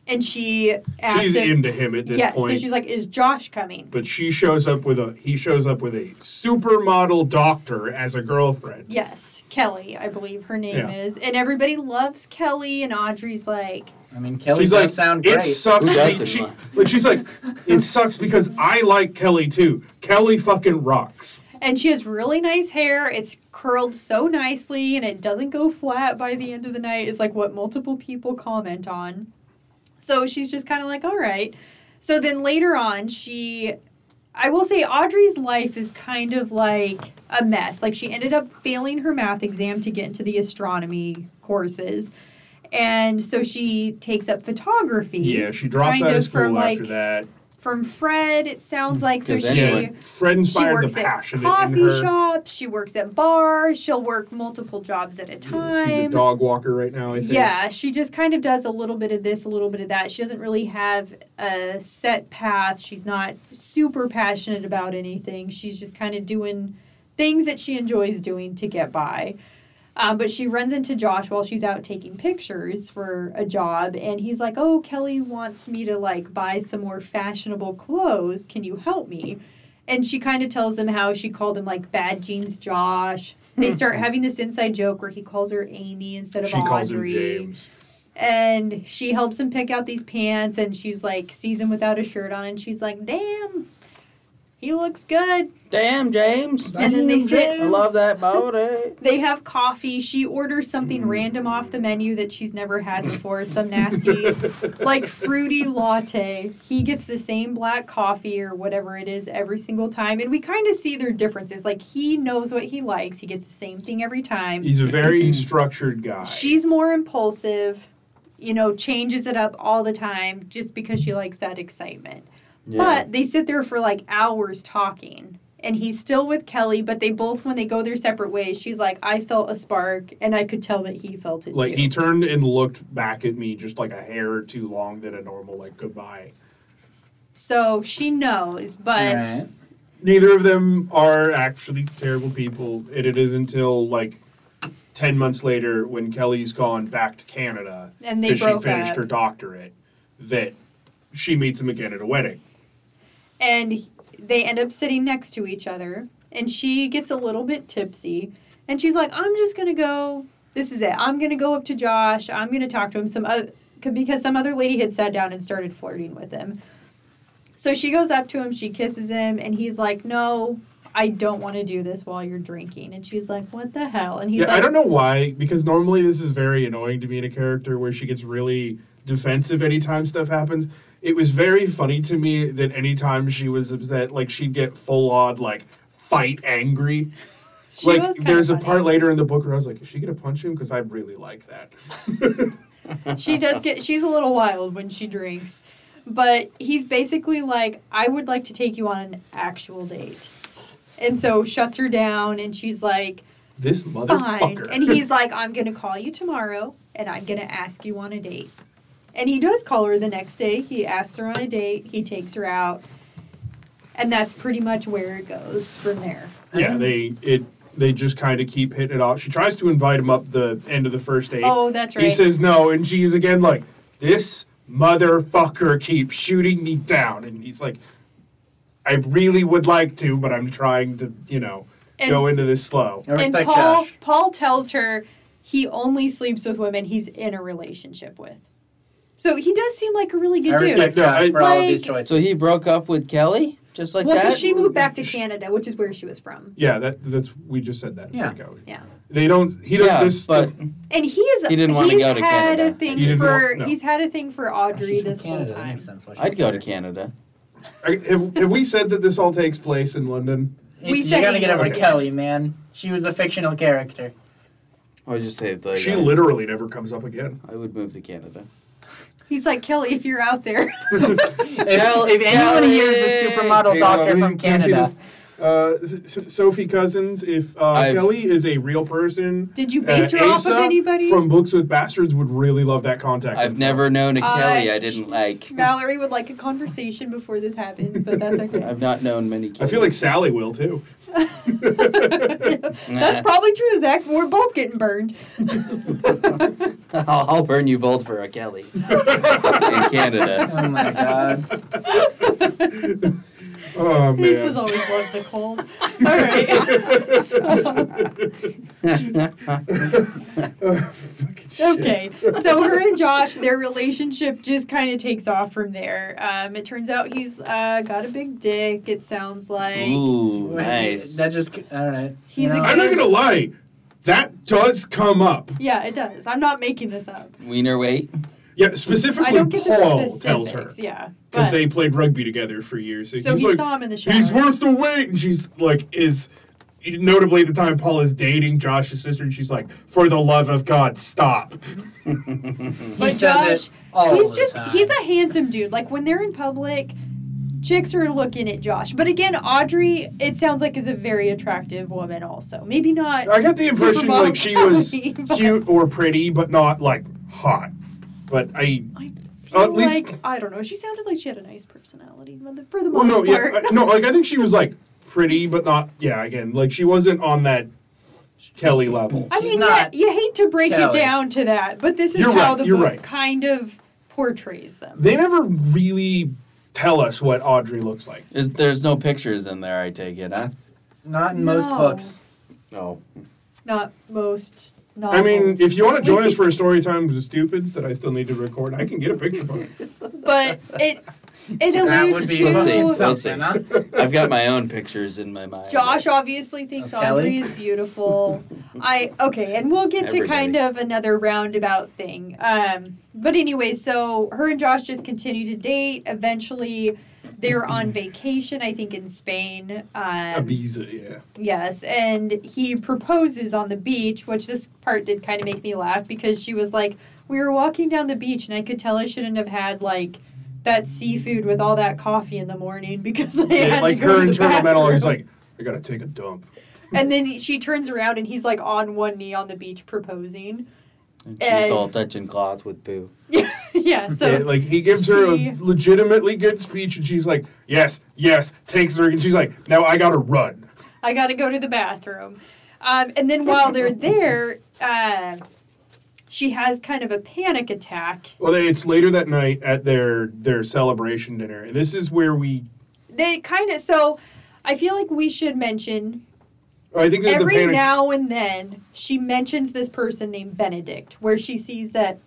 And she asked She's him, into him at this yeah, point. so she's like, "Is Josh coming?" but she shows up with a he shows up with a supermodel doctor as a girlfriend. Yes, Kelly, I believe her name Yeah. is, and everybody loves Kelly. And Audrey's like, I mean, Kelly She's does like, sound it great. sucks. Who be- doesn't she- like- like, she's like, it sucks because I like Kelly too. Kelly fucking rocks. and she has really nice hair. It's curled so nicely and it doesn't go flat by the end of the night. It's like what multiple people comment on. So she's just kind of like, all right. So then later on, she. I will say Audrey's life is kind of like a mess. Like she ended up failing her math exam to get into the astronomy courses. And so she takes up photography Yeah, she drops Kind out of of school from, after like, that. from Fred, it sounds like. So Does she anyone- Yeah, Fred she inspired works the at passion coffee in her. shops. She works at bars. She'll work multiple jobs at a time. She's a dog walker right now. I think. yeah, she just kind of does a little bit of this, a little bit of that. She doesn't really have a set path. She's not super passionate about anything. She's just kind of doing things that she enjoys doing to get by. Um, but she runs into Josh while she's out taking pictures for a job, and he's like, "Oh, Kelly wants me to like buy some more fashionable clothes. Can you help me?" And she kind of tells him how she called him like bad jeans Josh. They start having this inside joke where he calls her Amy instead of She Audrey calls him James. and she helps him pick out these pants and she's like sees him without a shirt on and she's like damn he looks good Damn, James. and then they sit I love that body. they have coffee she orders something random off the menu that she's never had before some nasty like fruity latte he gets the same black coffee or whatever it is every single time and we kind of see their differences like he knows what he likes he gets the same thing every time He's a very structured guy. She's more impulsive, you know, changes it up all the time just because she likes that excitement. But they sit there for like hours talking. And he's still with Kelly, but they both, when they go their separate ways, she's like, I felt a spark, and I could tell that he felt it like too. he turned and looked back at me just like a hair or two long than a normal like goodbye. so she knows, but Alright. Neither of them are actually terrible people, and it is until like ten months later when Kelly's gone back to Canada And they that she broke finished up. her doctorate that she meets him again at a wedding. and he- they end up sitting next to each other and she gets a little bit tipsy and she's like i'm just gonna go this is it i'm gonna go up to josh i'm gonna talk to him some other because some other lady had sat down and started flirting with him so she goes up to him she kisses him and he's like no i don't want to do this while you're drinking and she's like what the hell and he's yeah, like I don't know why because normally this is very annoying to me in a character where she gets really defensive anytime stuff happens. It was very funny to me that anytime she was upset, like she'd get full on like fight angry. She like was kinda there's a funny. part later in the book where I was like, is she gonna punch him? Because I really like that. she does get she's a little wild when she drinks but he's basically like i would like to take you on an actual date and so shuts her down and she's like This fine motherfucker. and he's like i'm gonna call you tomorrow and i'm gonna ask you on a date and he does call her the next day he asks her on a date he takes her out and that's pretty much where it goes from there yeah, they it they just kind of keep hitting it off. She tries to invite him up the end of the first date. oh that's right He says no, and she's again like, this motherfucker keeps shooting me down. And he's like, I really would like to, but I'm trying to, you know, And- go into this slow. I respect and Paul Josh. Paul tells her he only sleeps with women he's in a relationship with. So he does seem like a really I good dude. respect No, Josh I- for all of these Like- choices. So he broke up with Kelly just like well, that. because she moved back to Canada, which is where she was from, Yeah, that that's we just said that. a minute Yeah. ago. Yeah. They don't. He does yeah, this. but and he is He didn't wanna he's go to had Canada. a thing He didn't for want- no. he's had a thing for Audrey She's from this whole Canada, that time. makes sense why she's I'd go to there. Canada. I- have, have we said that this all takes place in London? We you said gotta get over England. Kelly, man. She was a fictional character. I would just say like She I, literally never comes up again. I would move to Canada. He's like Kelly, if you're out there. If, if anyone hears the supermodel Hang on, doctor we from can uh, see Canada, the- Uh, S- S- Sophie Cousins, if uh, I've- Kelly is a real person, Did you uh, base her off of Asa anybody? from Books with Bastards would really love that contact. I've info. never known a Uh, Kelly I didn't like. Mallory would like a conversation before this happens, but that's okay. I've not known many. I Kellys. feel like Sally will too. Oh, that's probably true, Zach. We're both getting burned. I'll, I'll burn you both for a Kelly in Canada. oh my god, Oh man. This has always loved the cold. All right. So- Oh, Fucking shit. okay. So her and Josh, their relationship just kind of takes off from there. Um, it turns out he's uh, got a big dick. It sounds like. Ooh, nice. That just all right. He's a I'm not gonna lie, that does come up. Yeah, it does. I'm not making this up. Wiener weight. Yeah, I specifically don't get the Paul specifics. tells her Yeah. because But, they played rugby together for years. so he's he like, saw him in the shower. he's worth the wait, and she's like, is notably at the time Paul is dating Josh's sister, and she's like, for the love of God, stop. But he says Josh, it all he's the just time. he's a handsome dude. Like when they're in public, chicks are looking at Josh. But again, Audrey, it sounds like is a very attractive woman also. Maybe not I got the impression Supermodel like she was Kelly, but- cute or pretty, but not like hot. But I, I feel Uh, at least- like I don't know. She sounded like she had a nice personality for the, for the well, most no, part. yeah, I- no, like I think she was like pretty, but not yeah. Again, like she wasn't on that Kelly level. I She's mean, yeah, not you hate to break Kelly. it down to that, but this is You're how right, the you're book right. kind of portrays them. They never really tell us what Audrey looks like. There's, there's no pictures in there. I take it, huh? not in most No. books. No. Not most. Novels. I mean, if you want to join us for a Please. story time with the stupids that I still need to record, I can get a picture book. but it That it would alludes be to We'll see. saying We'll something, see. huh? I've got my own pictures in my mind. Josh obviously thinks Of Kelly? Audrey is beautiful. I okay, and we'll get to Everybody. kind of another roundabout thing. Um, but anyway, so her and Josh just continue to date. Eventually, they're on vacation, I think, in Spain. Um, Ibiza, yeah. yes, and he proposes on the beach, which this part did kind of make me laugh because she was like, "We were walking down the beach, and I could tell I shouldn't have had like." That seafood with all that coffee in the morning because I Yeah, had like to her go to the internal monologue is bathroom." like, I gotta take a dump. And then he- she turns around and he's like on one knee on the beach proposing. And she's and- all touching cloth with poo. yeah, so Yeah, like he gives her she- a legitimately good speech, and she's like, "Yes, yes," takes her, and she's like, "Now I gotta run." I got to go to the bathroom. Um, and then while they're there, uh, she has kind of a panic attack. Well, they- it's later that night at their their celebration dinner, and this is where we. They kind of, so I feel like we should mention I think that every the panic. now and then she mentions this person named Benedict, where she sees that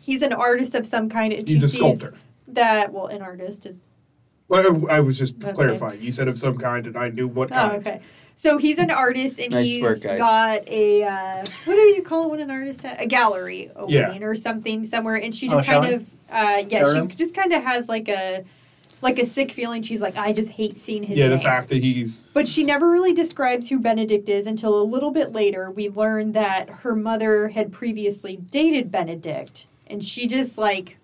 he's an artist of some kind. And he's she a sees sculptor. That, well, an artist is Well, I, I was just Okay. clarifying. You said of some kind, and I knew what Oh, kind. okay. So he's an artist, and Nice he's work, guys. got a uh, what do you call it when an artist ha- a gallery opening or something somewhere, and she Oh, just kind showing? of uh, yeah, Showroom? she just kind of has like a like a sick feeling. She's like, I just hate seeing his Yeah, the name. fact that he's But she never really describes who Benedict is until a little bit later. We learn that her mother had previously dated Benedict, and she just like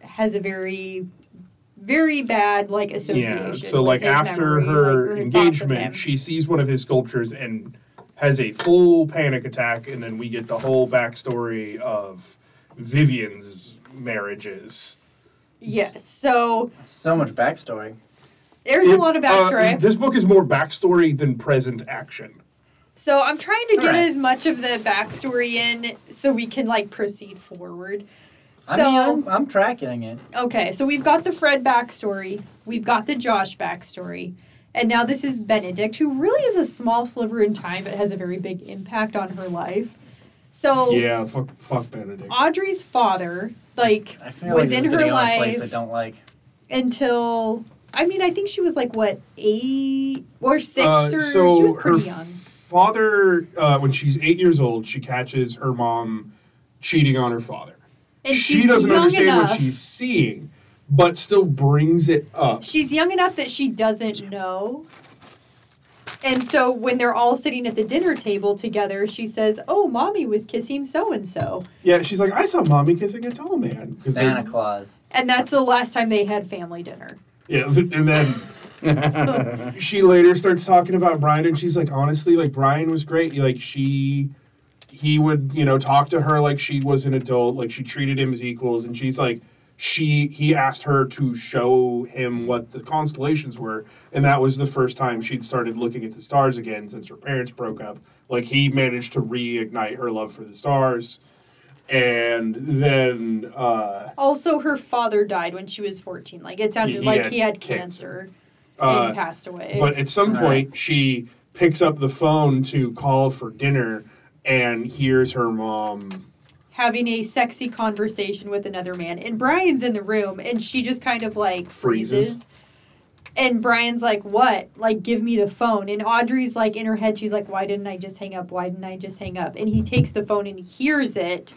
has a very very bad like association. yeah. So with like his after memory, her like, thoughts of him. engagement, she sees one of his sculptures and has a full panic attack, and then we get the whole backstory of Vivian's marriages. Yes. So So much backstory. there's a It- lot of uh, backstory. this book is more backstory than present action. so I'm trying to get Alright. as much of the backstory in so we can like proceed forward. I So mean, I'm, I'm tracking it. okay, so we've got the Fred backstory, we've got the Josh backstory, and now this is Benedict, who really is a small sliver in time, but has a very big impact on her life. So Oh. Yeah, fuck, fuck Benedict. Audrey's father, like I feel Was like this in her video in a place I life. don't like. until I mean, I think she was like what eight or six Uh, or so she was her pretty young. father, uh, when she's eight years old, she catches her mom cheating on her father. And she she's doesn't young understand enough. what she's seeing, but still brings it up. She's young enough that she doesn't know. And so when they're all sitting at the dinner table together, she says, "Oh, mommy was kissing so and so," Yeah, she's like, I saw mommy kissing a tall man. 'Cause they- Santa Claus. and that's the last time they had family dinner. yeah, and then she later starts talking about Brian, and she's like, honestly, like Brian was great. Like she, he would, you know, talk to her like she was an adult. Like she treated him as equals, and she's like, she, he asked her to show him what the constellations were, and that was the first time she'd started looking at the stars again since her parents broke up. Like he managed to reignite her love for the stars, and then. uh Also, her father died when she was fourteen. Like it sounded He- he like had he had cancer. cancer, Uh, and passed away. But at some Right. point, she picks up the phone to call for dinner and hears her mom. having a sexy conversation with another man and Brian's in the room and she just kind of like freezes. Freezes. And Brian's like, "What? Like give me the phone." And Audrey's like in her head she's like, "Why didn't I just hang up? Why didn't I just hang up?" And he takes the phone and hears it.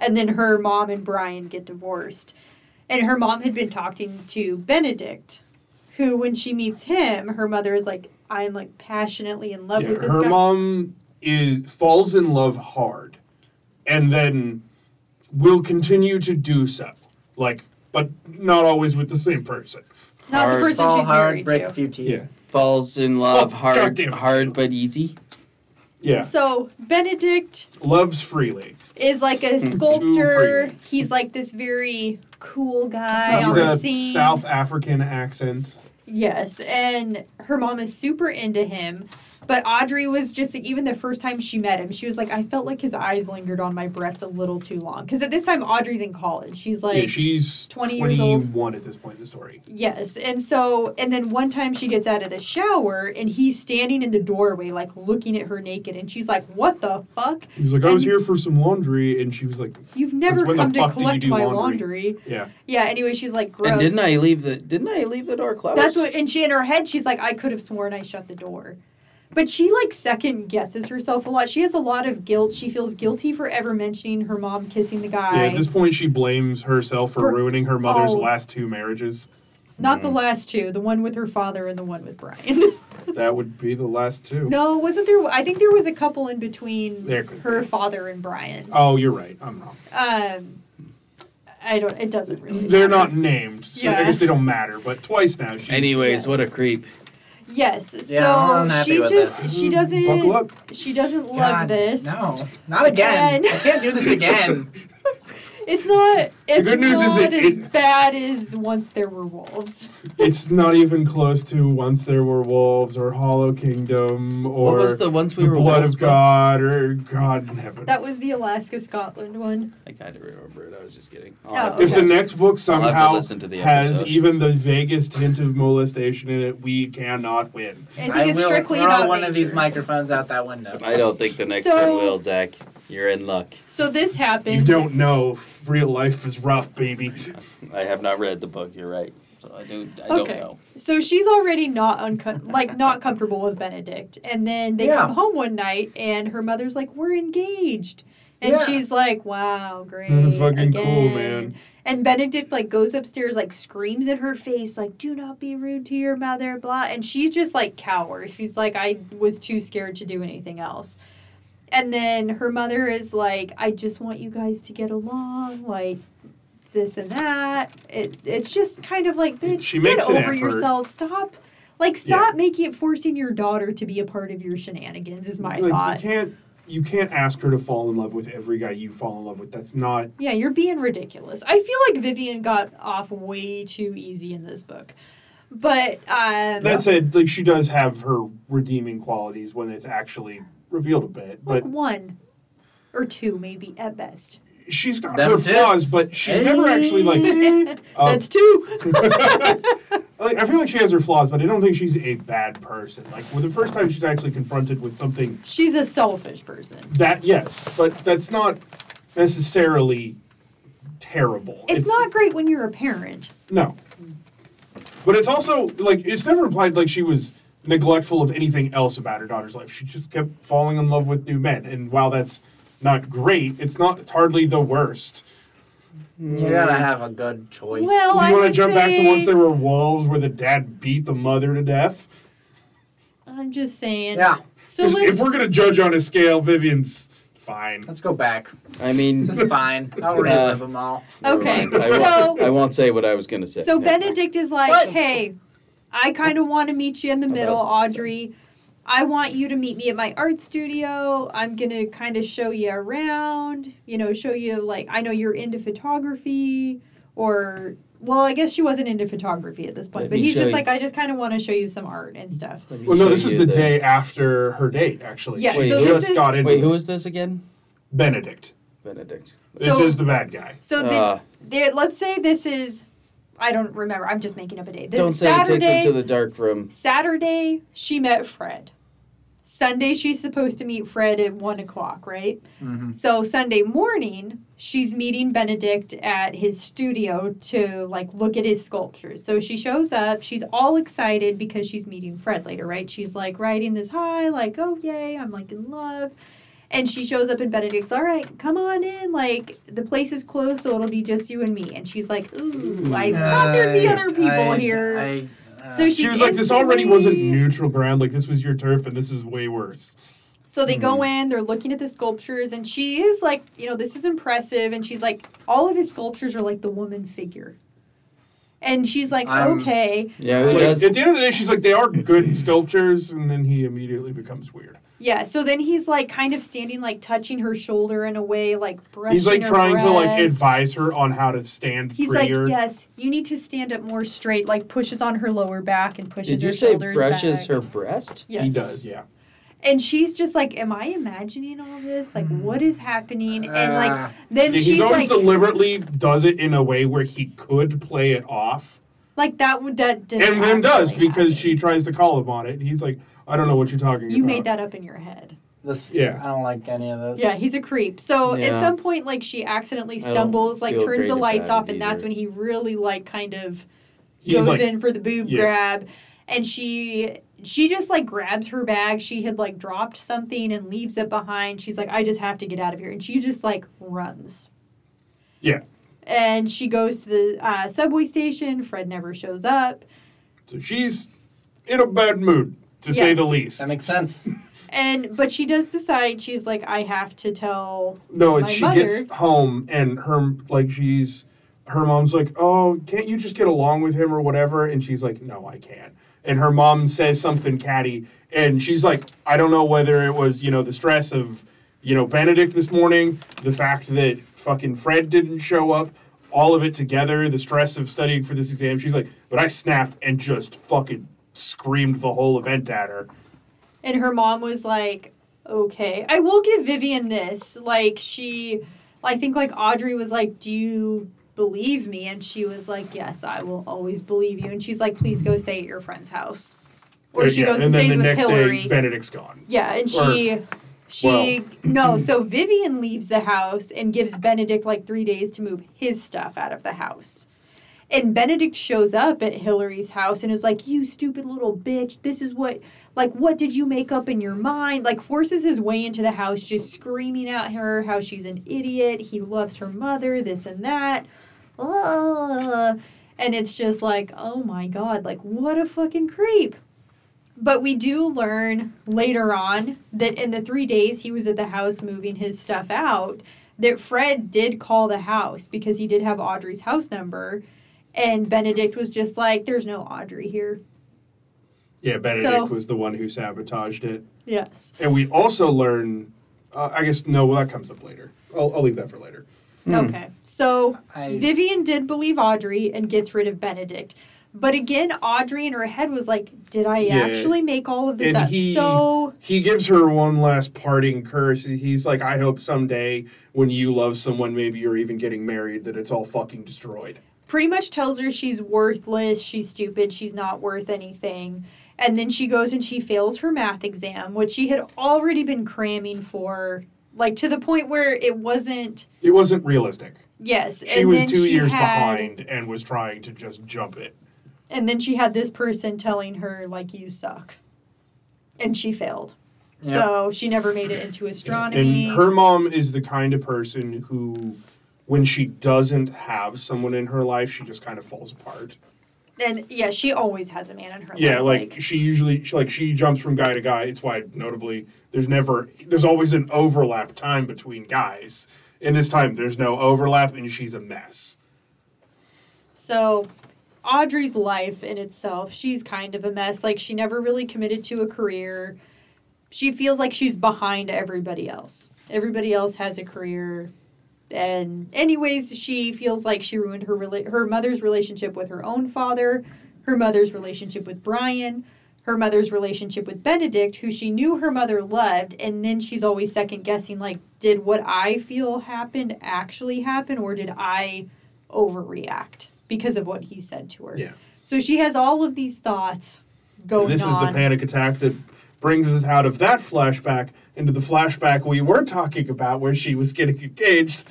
And then her mom and Brian get divorced. And her mom had been talking to Benedict, who when she meets him, her mother is like, "I'm like passionately in love Yeah, with this her guy." mom is falls in love hard, and then will continue to do so. Like, but not always with the same person. Not the Hard. person Fall she's hard, married break to. a few teeth. Yeah, Falls in love Oh, hard, goddamn it. hard but easy. yeah. So Benedict Loves freely. is like a Too sculptor. pretty. He's like this very cool guy on He's the a scene. South African accent. Yes, and her mom is super into him. But Audrey was just even the first time she met him, she was like, I felt like his eyes lingered on my breast a little too long. Because at this time, Audrey's in college. She's like, yeah, she's 20 years old. 21 at this point in the story. Yes. And so, and then one time she gets out of the shower and he's standing in the doorway, like looking at her naked. And she's like, What the fuck? He's like, I was And- here for some laundry, and she was like, You've never when the come to fuck did you collect do my laundry?" laundry. yeah. Yeah, anyway, she's like, Gross. And didn't I leave the didn't I leave the door closed? That's what, and she in her head, she's like, I could have sworn I shut the door. But she like second guesses herself a lot. She has a lot of guilt. She feels guilty for ever mentioning her mom kissing the Yeah, guy. at this point, she blames herself for, For- ruining her mother's oh. last two marriages. Not Mm. the last two, the one with her father and the one with Brian. That would be the last two. no, wasn't there? I think there was a couple in between There could her father and Brian. Oh, you're right. I'm wrong. Um, I don't. It doesn't really. They're not named, so I Yeah. guess they don't matter. But twice now, she's Anyways, Yes. what a creep. Yes. Yeah, I'm so unhappy she with just this. she doesn't Buckle up. she doesn't love God, this. No, not again. Again. I can't do this again. It's not. It's good news is not it- as it- bad as once there were wolves. it's not even close to Once There Were Wolves or Hollow Kingdom or What was the once we The were Blood wolves of God or God in Heaven. That was the Alaska Scotland one. I kind of remember it. I was just kidding. I'll Oh, have to if the Okay. next book I'll have to somehow listen to the has episode. even the vaguest hint of molestation in it, we cannot win. I think it's will strictly throw about one of these nature. microphones out that window. I don't think the next So- one will, Zach. You're in luck. So this You happens. don't know. Real life is rough, baby. I have not read the book. You're right. So I do. I don't Okay. know. So she's already not uncom- like not comfortable with Benedict, and then they Yeah. come home one night, and her mother's like, "We're engaged," and Yeah. she's like, "Wow, great, Fucking cool, again." man. And Benedict like goes upstairs, like screams at her face, like "Do not be rude to your mother," blah. And she just like cowers. She's like, "I was too scared to do anything else." And then her mother is like, "I just want you guys to get along, like this and that." It it's just kind of like, "Bitch, She get makes an over effort. yourself. Stop." Like stop making it forcing your daughter to be a part of your shenanigans is my like, thought. You can't you can't ask her to fall in love with every guy you fall in love with. That's not Yeah, you're being ridiculous. I feel like Vivian got off way too easy in this book. But um that said, like she does have her redeeming qualities when it's actually revealed a bit. like But one or two maybe at best. she's got Them her tits. flaws, but she's never actually like uh, That's two. like I feel like she has her flaws, but I don't think she's a bad person. Like well, the first time she's actually confronted with something She's a selfish person. that yes, but that's not necessarily terrible. It's, not great when you're a parent. No. But it's also like it's never implied like she was neglectful of anything else about her daughter's life. She just kept falling in love with new men, and while that's not great, it's not it's hardly the worst. You gotta have a good choice. Well, I you want to jump back to once there were wolves, where the dad beat the mother to death? I I'm just saying. Yeah, So 'Cause let's. if we're gonna judge on a scale, Vivian's fine. let's go back. I mean, This is fine. I'll relive them all. never Okay, mind. I so- won't, I won't say what I was gonna say. So Never mind. Benedict is like, What? hey, I kind of want to meet you in the middle, Audrey. I want you to meet me at my art studio. I'm going to kind of show you around, you know, show you, like, I know you're into photography or. Well, I guess she wasn't into photography at this point, Let but me he's show just you- like, I just kind of want to show you some art and stuff. Let me Well, no, show this was you the day after her date, actually. Yeah, she so this just is- got into Wait, who is this again? Benedict. Benedict. This So- is the bad guy. So the, Ah. the, let's say this is, I don't remember. I'm just making up a date. This Don't is say it Saturday. takes him to the dark room. Saturday, she met Fred. Sunday, she's supposed to meet Fred at one o'clock, right? Mhm. So Sunday morning, she's meeting Benedict at his studio to like look at his sculptures. So she shows up. She's all excited because she's meeting Fred later, right? She's like riding this high, like, oh yay, I'm like in love. And she shows up and Benedict's all right, come on in. Like the place is closed, so it'll be just you and me. And she's like, ooh, I thought there'd be I- other people Uh, I- here. I- uh, so she's She was like, this already wasn't instantly- neutral ground. Like, this was your turf, and this is way worse. So they Mm-hmm. go in, they're looking at the sculptures, and she is like, you know, this is impressive. And she's like, all of his sculptures are like the woman figure. And she's like, I'm- okay, Yeah, who Like, does? at the end of the day, she's like, they are good sculptures, and then he immediately becomes weird. yeah. So then he's like, kind of standing, like touching her shoulder in a way, like brushing. He's like her trying to like breast. advise her on how to stand He's prettier. like, yes, you need to stand up more straight. Like pushes on her lower back and pushes Did you her say shoulders brushes back. her breast? Yes. He does, yeah. And she's just like, am I imagining all this? Like, what is happening? and Uh, like, then Hmm. Ah. Yeah, she's he's like, always deliberately does it in a way where he could play it off, like that would that didn't and then does actually because happen. she tries to call him on it. He's like, I don't know what you're talking You about. made that up in your head. this, Yeah. I don't like any of this. Yeah, he's a creep. So at Yeah. some point, like she accidentally don't stumbles, like feel turns great the lights about off, it and that's either. when he really like kind of He's goes like, in for the boob yes. grab, and she she just like grabs her bag. She had like dropped something and leaves it behind. She's like, I just have to get out of here, and she just like runs. Yeah. And she goes to the uh, subway station. Fred never shows up. so she's in a bad mood to say Yes. the least. That makes sense. And but she does decide she's like, I have to tell No, and My she mother- gets home and her like she's her mom's like, "Oh, can't you just get along with him or whatever?" And she's like, "No, I can't." And her mom says something catty, and she's like, "I don't know whether it was you know the stress of you know Benedict this morning, the fact that fucking Fred didn't show up." All of it together, the stress of studying for this exam. She's like, but I snapped and just fucking screamed the whole event at her. And her mom was like, okay. I will give Vivian this. Like, she, I think, like, Audrey was like, do you believe me? And she was like, yes, I will always believe you. And she's like, please go stay at your friend's house. Or she Yeah, goes and, then stays the with next Hillary. day, Benedict's gone. yeah, and she. She no, so Vivian leaves the house and gives Benedict like three days to move his stuff out of the house. And Benedict shows up at Hillary's house and is like, You stupid little bitch, this is what like what did you make up in your mind? Like forces his way into the house, just screaming at her how she's an idiot, he loves her mother, this and that. Ugh. And it's just like, oh my god, like what a fucking creep. But we do learn later on that in the three days he was at the house moving his stuff out, that Fred did call the house because he did have Audrey's house number. And Benedict was just like, there's no Audrey here. Yeah, Benedict So- was the one who sabotaged it. Yes. And we also learn, uh, I guess, no, well, that comes up later. I'll, I'll leave that for later. Okay. So I, Vivian did believe Audrey and gets rid of Benedict. But again, Audrey in her head was like, did I Yeah. actually make all of this And up? he- so, He gives her one last parting curse. He's like, I hope someday when you love someone, maybe you're even getting married, that it's all fucking destroyed. pretty much tells her she's worthless, she's stupid, she's not worth anything. And then she goes and she fails her math exam, which she had already been cramming for, like to the point where it wasn't. It wasn't realistic. Yes, She and was then two she years had- behind and was trying to just jump it. And then she had this person telling her like, "You suck," and she failed. Yeah. So she never made it into astronomy. And her mom is the kind of person who, when she doesn't have someone in her life, she just kind of falls apart. And yeah, she always has a man in her Yeah, life. like, she usually she, like she jumps from guy to guy. It's why notably there's never there's always an overlap time between guys. In this time there's no overlap and she's a mess. So Audrey's life in itself, she's kind of a mess. Like she never really committed to a career. She feels like she's behind everybody else. Everybody else has a career. And anyways, she feels like she ruined her rela- her mother's relationship with her own father, her mother's relationship with Brian, her mother's relationship with Benedict, who she knew her mother loved, and then she's always second guessing like did what I feel happened actually happen or did I overreact because of what he said to her. Yeah. So she has all of these thoughts going And this on. is the panic attack that brings us out of that flashback into the flashback we were talking about where she was getting engaged.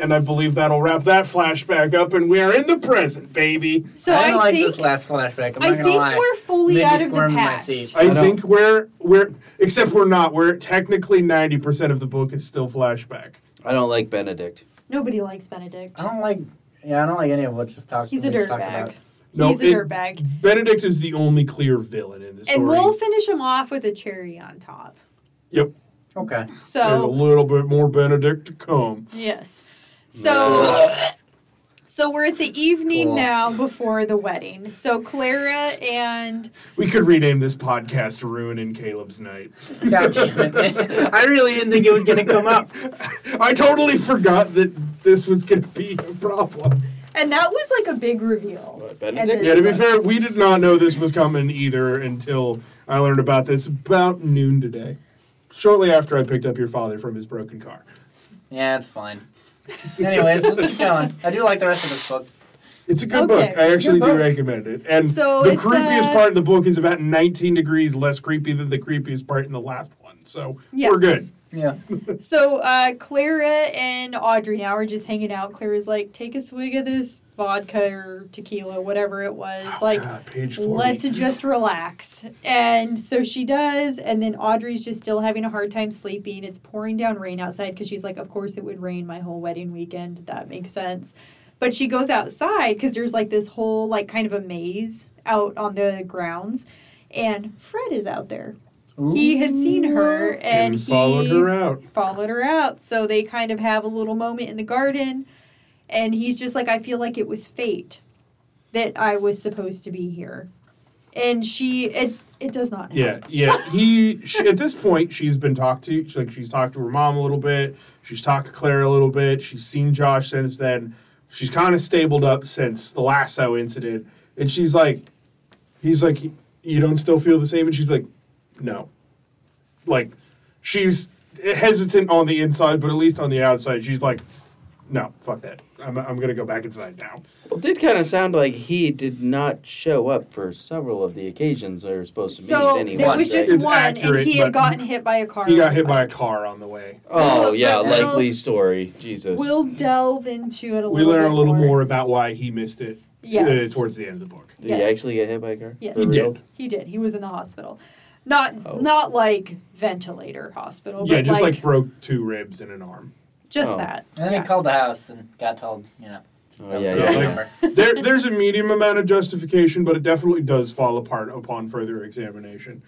And I believe that'll wrap that flashback up and we are in the present, baby. so I didn't I like think this last flashback. I'm I not gonna think lie. we're Made fully me out of the squirm in my past. seat. I, I don't- think we're we're except we're not. We're technically ninety percent of the book is still flashback. I don't like Benedict. Nobody likes Benedict. I don't like. Yeah, I don't like any of what just talked. He's a we just talked about. dirtbag. No, He's a it- dirtbag. Benedict is the only clear villain in the story. And we'll finish him off with a cherry on top. Yep, Okay. there's a So little bit more Benedict to come. yes. So so we're at the evening Cool. now before the wedding. So Clara and We could rename this podcast "Ruin in Caleb's Night." God damn it. I really didn't think it was gonna come up. I totally forgot that this was going to be a problem. and that was like a big reveal. What, And then- Benedict? Yeah, to be fair, we did not know this was coming either until I learned about this about noon today, shortly after I picked up your father from his broken car. Yeah, it's fine. Anyways, let's keep going. I do like the rest of this book. It's a good Okay, book. I it's a actually good do book. recommend it. And So the it's, creepiest uh, part of the book is about 19 degrees less creepy than the creepiest part in the last one. So Yeah. we're good. Yeah. So uh, Clara and Audrey now are just hanging out. Clara's like, take a swig of this vodka or tequila, whatever it was. like, God, page 40. let's just relax. And so she does. And then Audrey's just still having a hard time sleeping. It's pouring down rain outside because she's like, of course it would rain my whole wedding weekend. That makes sense. But she goes outside because there's like this whole, like, kind of a maze out on the grounds. And Fred is out there. He had seen her and and followed he her out. followed her out. So they kind of have a little moment in the garden, and he's just like, I feel like it was fate that I was supposed to be here. And she, it, it does not help. Yeah, yeah. He she, at this point, she's been talked to. She, like she's talked to her mom a little bit. She's talked to Claire a little bit. She's seen Josh since then. She's kind of stabled up since the lasso incident, and she's like, he's like, you don't still feel the same, and she's like, no, like, she's hesitant on the inside, but at least on the outside, she's like, no, fuck that. I'm I'm gonna go back inside now. Well, it did kind of sound like he did not show up for several of the occasions they were supposed to So meet. And he there was was, just right? It's one, accurate, and he but had gotten hit by a car. He got hit by a car on the way. Oh Well, yeah, but likely we'll- story. Jesus. We'll delve into it a little. We learn bit a little more. more uh, about why he missed it Yes. uh, towards the end of the book. did he yes. actually get hit by a car? Yes. For He real? did. He did. He was in the hospital, not Oh. not like ventilator hospital. Yeah, but just like, like, broke two ribs and an arm. just Oh. that. And then Yeah. he called the house and got told, you know, that Oh, was yeah, the yeah, wrong like- yeah. number. there, there's a medium amount of justification, but it definitely does fall apart upon further examination.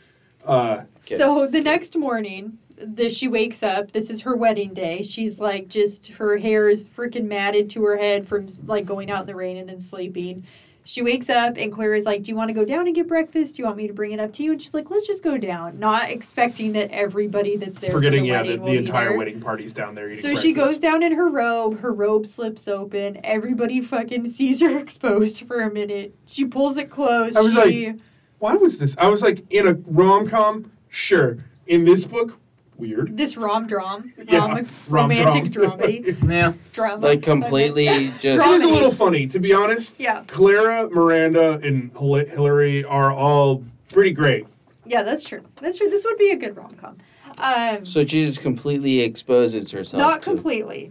Uh, Okay. So the next morning, the, she wakes up. This is her wedding day. She's like, just her hair is freaking matted to her head from like going out in the rain and then sleeping. She wakes up and Clara's like, Do you want to go down and get breakfast? Do you want me to bring it up to you? And she's like, Let's just go down, not expecting that everybody that's there. forgetting, for the yeah, wedding that will the be entire there. wedding party's down there eating So she goes breakfast. down in her robe. Her robe slips open. Everybody fucking sees her exposed for a minute. She pulls it closed. I was she, Why was this? I was like, in a rom com, sure. In this book, weird. this rom dram, Yeah, romantic rom-drom. dramedy, Yeah. drama, Like completely It just. is a little funny, to be honest. Yeah, Clara, Miranda, and Hil- Hillary are all pretty great. yeah, that's true. That's true. This would be a good rom com. Um, So she just completely exposes herself. not to- completely,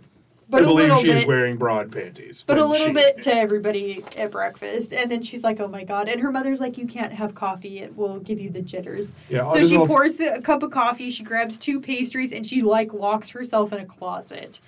but I a believe little she bit. is wearing broad panties. but a when little she- bit to everybody at breakfast, and then she's like, "Oh my god!" And her mother's like, "You can't have coffee; it will give you the jitters." Yeah, So there's she all- pours a cup of coffee, she grabs two pastries, and she like locks herself in a closet.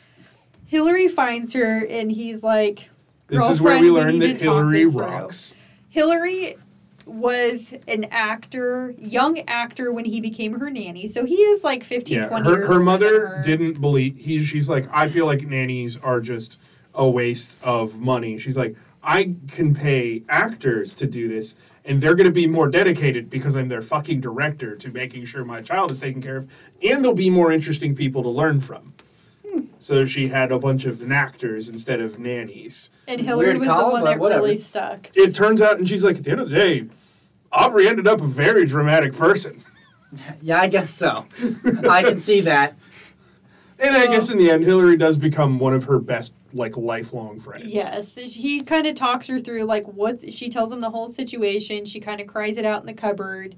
Hillary finds her, and he's like, This is where we "Girlfriend, learn need that to talk Hillary this through." rocks. Hillary was an actor, young actor when he became her nanny. So he is like 15, yeah, 20 her, years her older mother than her. didn't believe. He, she's like, I feel like nannies are just a waste of money. She's like, I can pay actors to do this, and they're going to be more dedicated because I'm their fucking director to making sure my child is taken care of, and they'll be more interesting people to learn from. Hmm. So she had a bunch of actors instead of nannies. And Hillary Weird was call, the one but that whatever. really stuck. It turns out, and she's like, at the end of the day, Aubrey ended up a very dramatic person. Yeah, I guess so. I can see that. And I So- guess in the end, Hillary does become one of her best, like, lifelong friends. Yes, he kind of talks her through like what's. She tells him the whole situation. She kind of cries it out in the cupboard.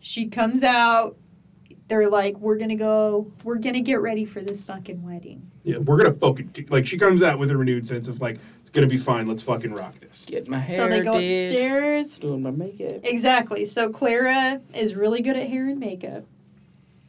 She comes out. They're like, "We're gonna go. We're gonna get ready for this fucking wedding." Yeah, we're gonna fucking do- like. She comes out with a renewed sense of like, it's gonna be fine. Let's fucking rock this. Get my hair so they go did. upstairs. Doing my makeup. Exactly. So Clara is really good at hair and makeup.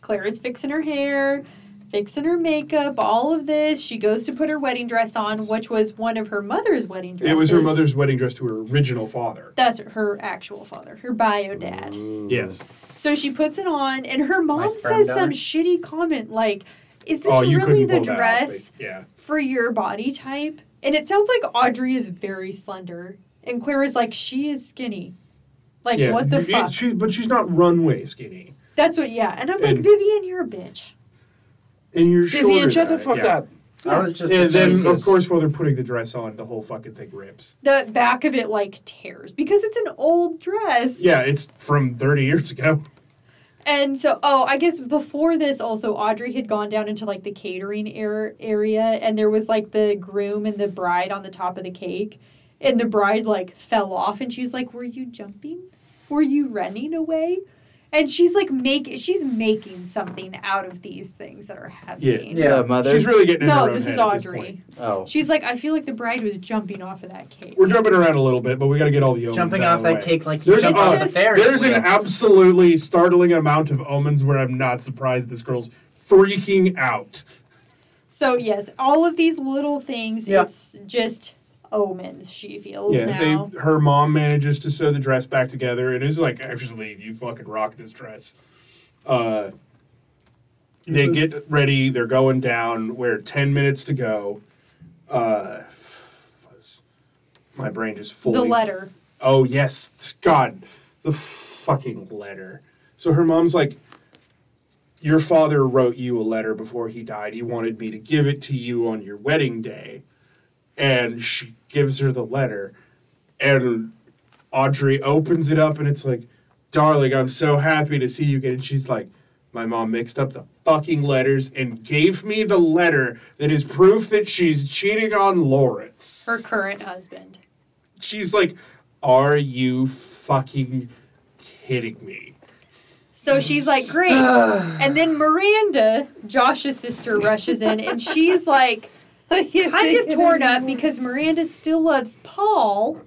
Clara's fixing her hair, fixing her makeup, all of this. She goes to put her wedding dress on, which was one of her mother's wedding dresses. It was her mother's wedding dress to her original father. That's her actual father, her bio dad. Yes. So she puts it on, and her mom sperm says some donor. shitty comment like, "Is this Oh, you really couldn't the pull that off. dress but- Yeah. for your body type?" And it sounds like Audrey is very slender, and Clara's like, "She is skinny." Like yeah. what the It- fuck? She, but she's not runway skinny, That's what. Yeah, and I'm like, And- Vivian, you're a bitch. and you're shorter. Vivian, shut the than- fuck yeah. up. I was just. And then, of Jesus. course, while they're putting the dress on, the whole fucking thing rips. The back of it like tears because it's an old dress. Yeah, it's from 30 years ago. And so, oh, I guess before this, also Audrey had gone down into like the catering air area, and there was like the groom and the bride on the top of the cake, and the bride like fell off, and she's like, "Were you jumping? Were you running away?" And she's like, "Make she's making something out of these things that are happening." Yeah. Uh, mother. She's really getting in her No, own this is head at this Audrey. point. oh. she's like, "I feel like the bride was jumping off of that cake." We're jumping around a little bit, but we got to get all the omens Jumping out off of the that way. cake like you There's, jumped uh, off the Ferris There's an wheel. absolutely startling amount of omens where I'm not surprised this girl's freaking out. So yes, all of these little things, Yeah. it's just omens. She feels now. they, her mom manages to sew the dress back together and is like, actually, you fucking rock this dress. Uh, they get ready. They're going down. We're 10 minutes to go. Uh, fuzz. my brain just fully the letter. Oh yes, t- God, the fucking letter. So her mom's like, "Your father wrote you a letter before he died. He wanted me to give it to you on your wedding day," and she gives her the letter, and Audrey opens it up, and it's like, "Darling, I'm so happy to see you again." And she's like. My mom mixed up the fucking letters and gave me the letter that is proof that she's cheating on Lawrence her current husband. she's like, "Are you fucking kidding me?" So she's like, great. and then Miranda, Josh's sister, rushes in and she's like, kind of torn up because Miranda still loves Paul,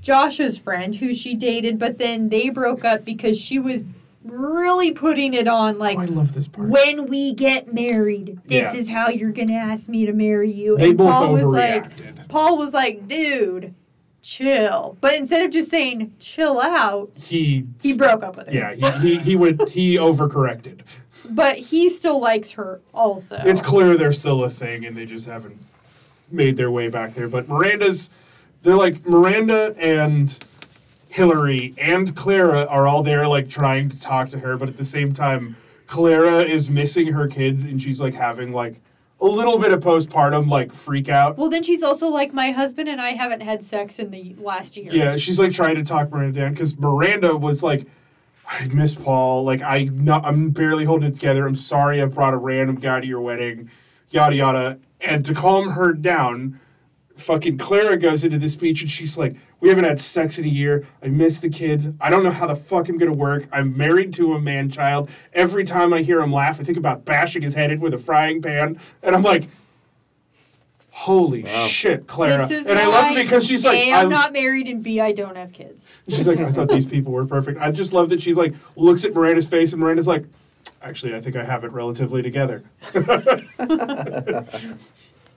Josh's friend, who she dated, but then they broke up because she was really putting it on like, oh, I love this part. when we get married, this Yeah. is how you're going to ask me to marry you. they and both Paul was like, overreacted. Paul was like, dude, chill. But instead of just saying chill out, he he broke up with her. Yeah, he, he he would he overcorrected. But he still likes her also. It's clear they're still a thing, and they just haven't made their way back there. But Miranda's, they're like Miranda and. Hillary and Clara are all there, like trying to talk to her, but at the same time, Clara is missing her kids, and she's like having like a little bit of postpartum like freak out. well, then she's also like, my husband and I haven't had sex in the last year. Yeah, she's like trying to talk Miranda down because Miranda was like, "I miss Paul. Like I, not, I'm barely holding it together. I'm sorry I brought a random guy to your wedding, yada yada." And to calm her down, fucking Clara goes into this speech and she's like, "We haven't had sex in a year. I miss the kids. I don't know how the fuck I'm gonna work. I'm married to a man child. Every time I hear him laugh, I think about bashing his head in with a frying pan." And I'm like. Holy shit, Clara! This is and why I love it because she's like, A, I I'm not married, and B, I don't have kids. She's like, I thought these people were perfect. I just love that she's like, looks at Miranda's face, and Miranda's like, actually, I think I have it relatively together.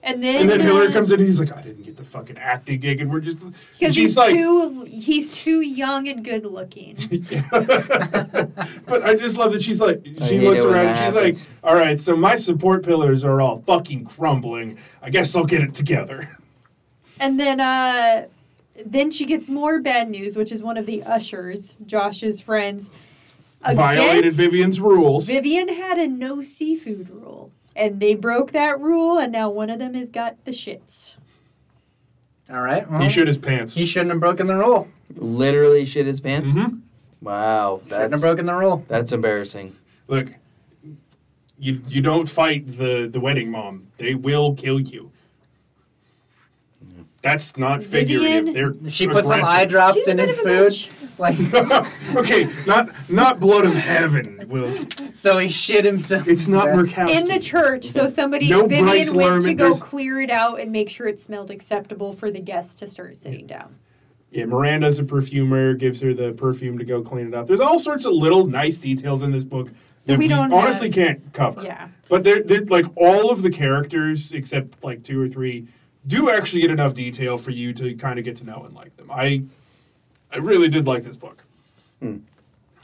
And then, And then Hillary uh, comes in and he's like, I didn't get the fucking acting gig, and we're just she's Because he's like, too he's too young and good looking. but I just love that she's like, I she hate looks it when around and that she's happens. like, all right, so my support pillars are all fucking crumbling. I guess I'll get it together. And then uh then she gets more bad news, which is one of the ushers, Josh's friends. Violated against- Vivian's rules. Vivian had a no seafood rule. And they broke that rule and now one of them has got the shits. All right. Well, he shit his pants. he shouldn't have broken the rule. Literally shit his pants. Mhm. Wow, Shouldn't have that's broken the rule. that's embarrassing. Look, you you don't fight the the wedding mom. They will kill you. That's not figurative. Vivian- They're She put some aggressive. eye drops She's a in bit his of a food. bitch. Like okay, not not blood of heaven. Will so he shit himself. it's not Yeah. Murkowski. In the church, so somebody No Vivian Bryce went to Lerman, go there's- clear it out and make sure it smelled acceptable for the guests to start sitting down. Yeah, Miranda's a perfumer, gives her the perfume to go clean it up. There's all sorts of little nice details in this book that We we, don't honestly have- can't cover. Yeah. But they're, they're like all of the characters, except like two or three, do actually get enough detail for you to kind of get to know and like them. I I really did like this book.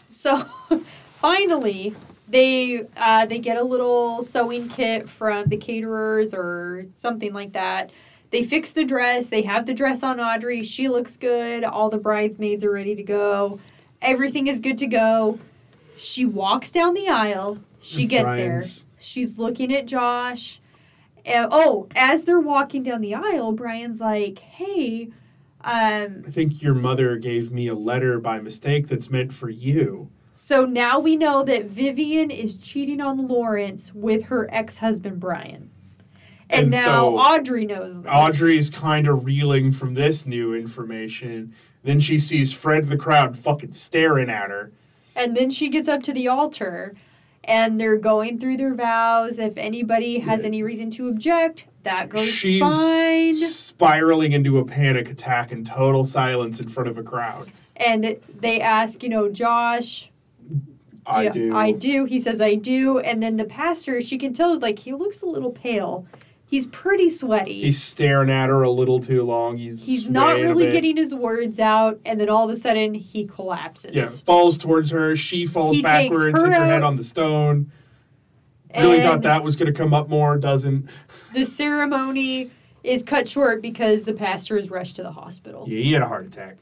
So finally, they uh, they get a little sewing kit from the caterers or something like that. They fix the dress. They have the dress on Audrey. She looks good. All the bridesmaids are ready to go. Everything is good to go. She walks down the aisle. She gets Brian's- there. She's looking at Josh. Uh, oh, as they're walking down the aisle, Brian's like, "Hey, um, I think your mother gave me a letter by mistake that's meant for you. So now we know that Vivian is cheating on Lawrence with her ex husband Brian. And, And now so- Audrey knows this. Audrey's kind of reeling from this new information. Then she sees Fred in the crowd fucking staring at her. And then she gets up to the altar and they're going through their vows. If anybody has any reason to object, that goes She's fine. spiraling into a panic attack in total silence in front of a crowd. And they ask, you know, Josh, I ya- do. I do. He says, I do. And then the pastor, she can tell, like, he looks a little pale. He's pretty sweaty. He's staring at her a little too long. He's He's not swaying a really bit. getting his words out, and then all of a sudden he collapses. Yeah, falls towards her. She falls He takes backwards, her hits her head out. on the stone. Really thought And- that was going to come up more. Doesn't. The ceremony is cut short because the pastor is rushed to the hospital. Yeah, he had a heart attack.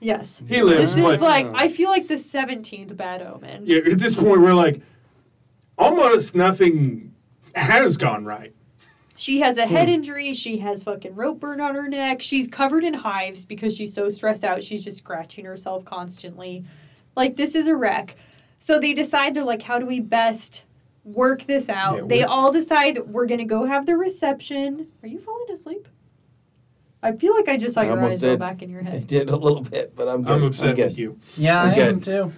Yes. He lives. This is but- uh, like I feel like the seventeenth bad omen. yeah, at this point, we're like, almost nothing has gone right. She has a head injury. She has fucking rope burn on her neck. She's covered in hives because she's so stressed out. She's just scratching herself constantly. Like, this is a wreck. So they decide, they're like, how do we best work this out? Yeah, they we- all decide we're going to go have the reception. Are you falling asleep? I feel like I just saw I your almost eyes go did. back in your I head. did a little bit, but I'm good. I'm upset good. with you. Yeah, I Okay. am too.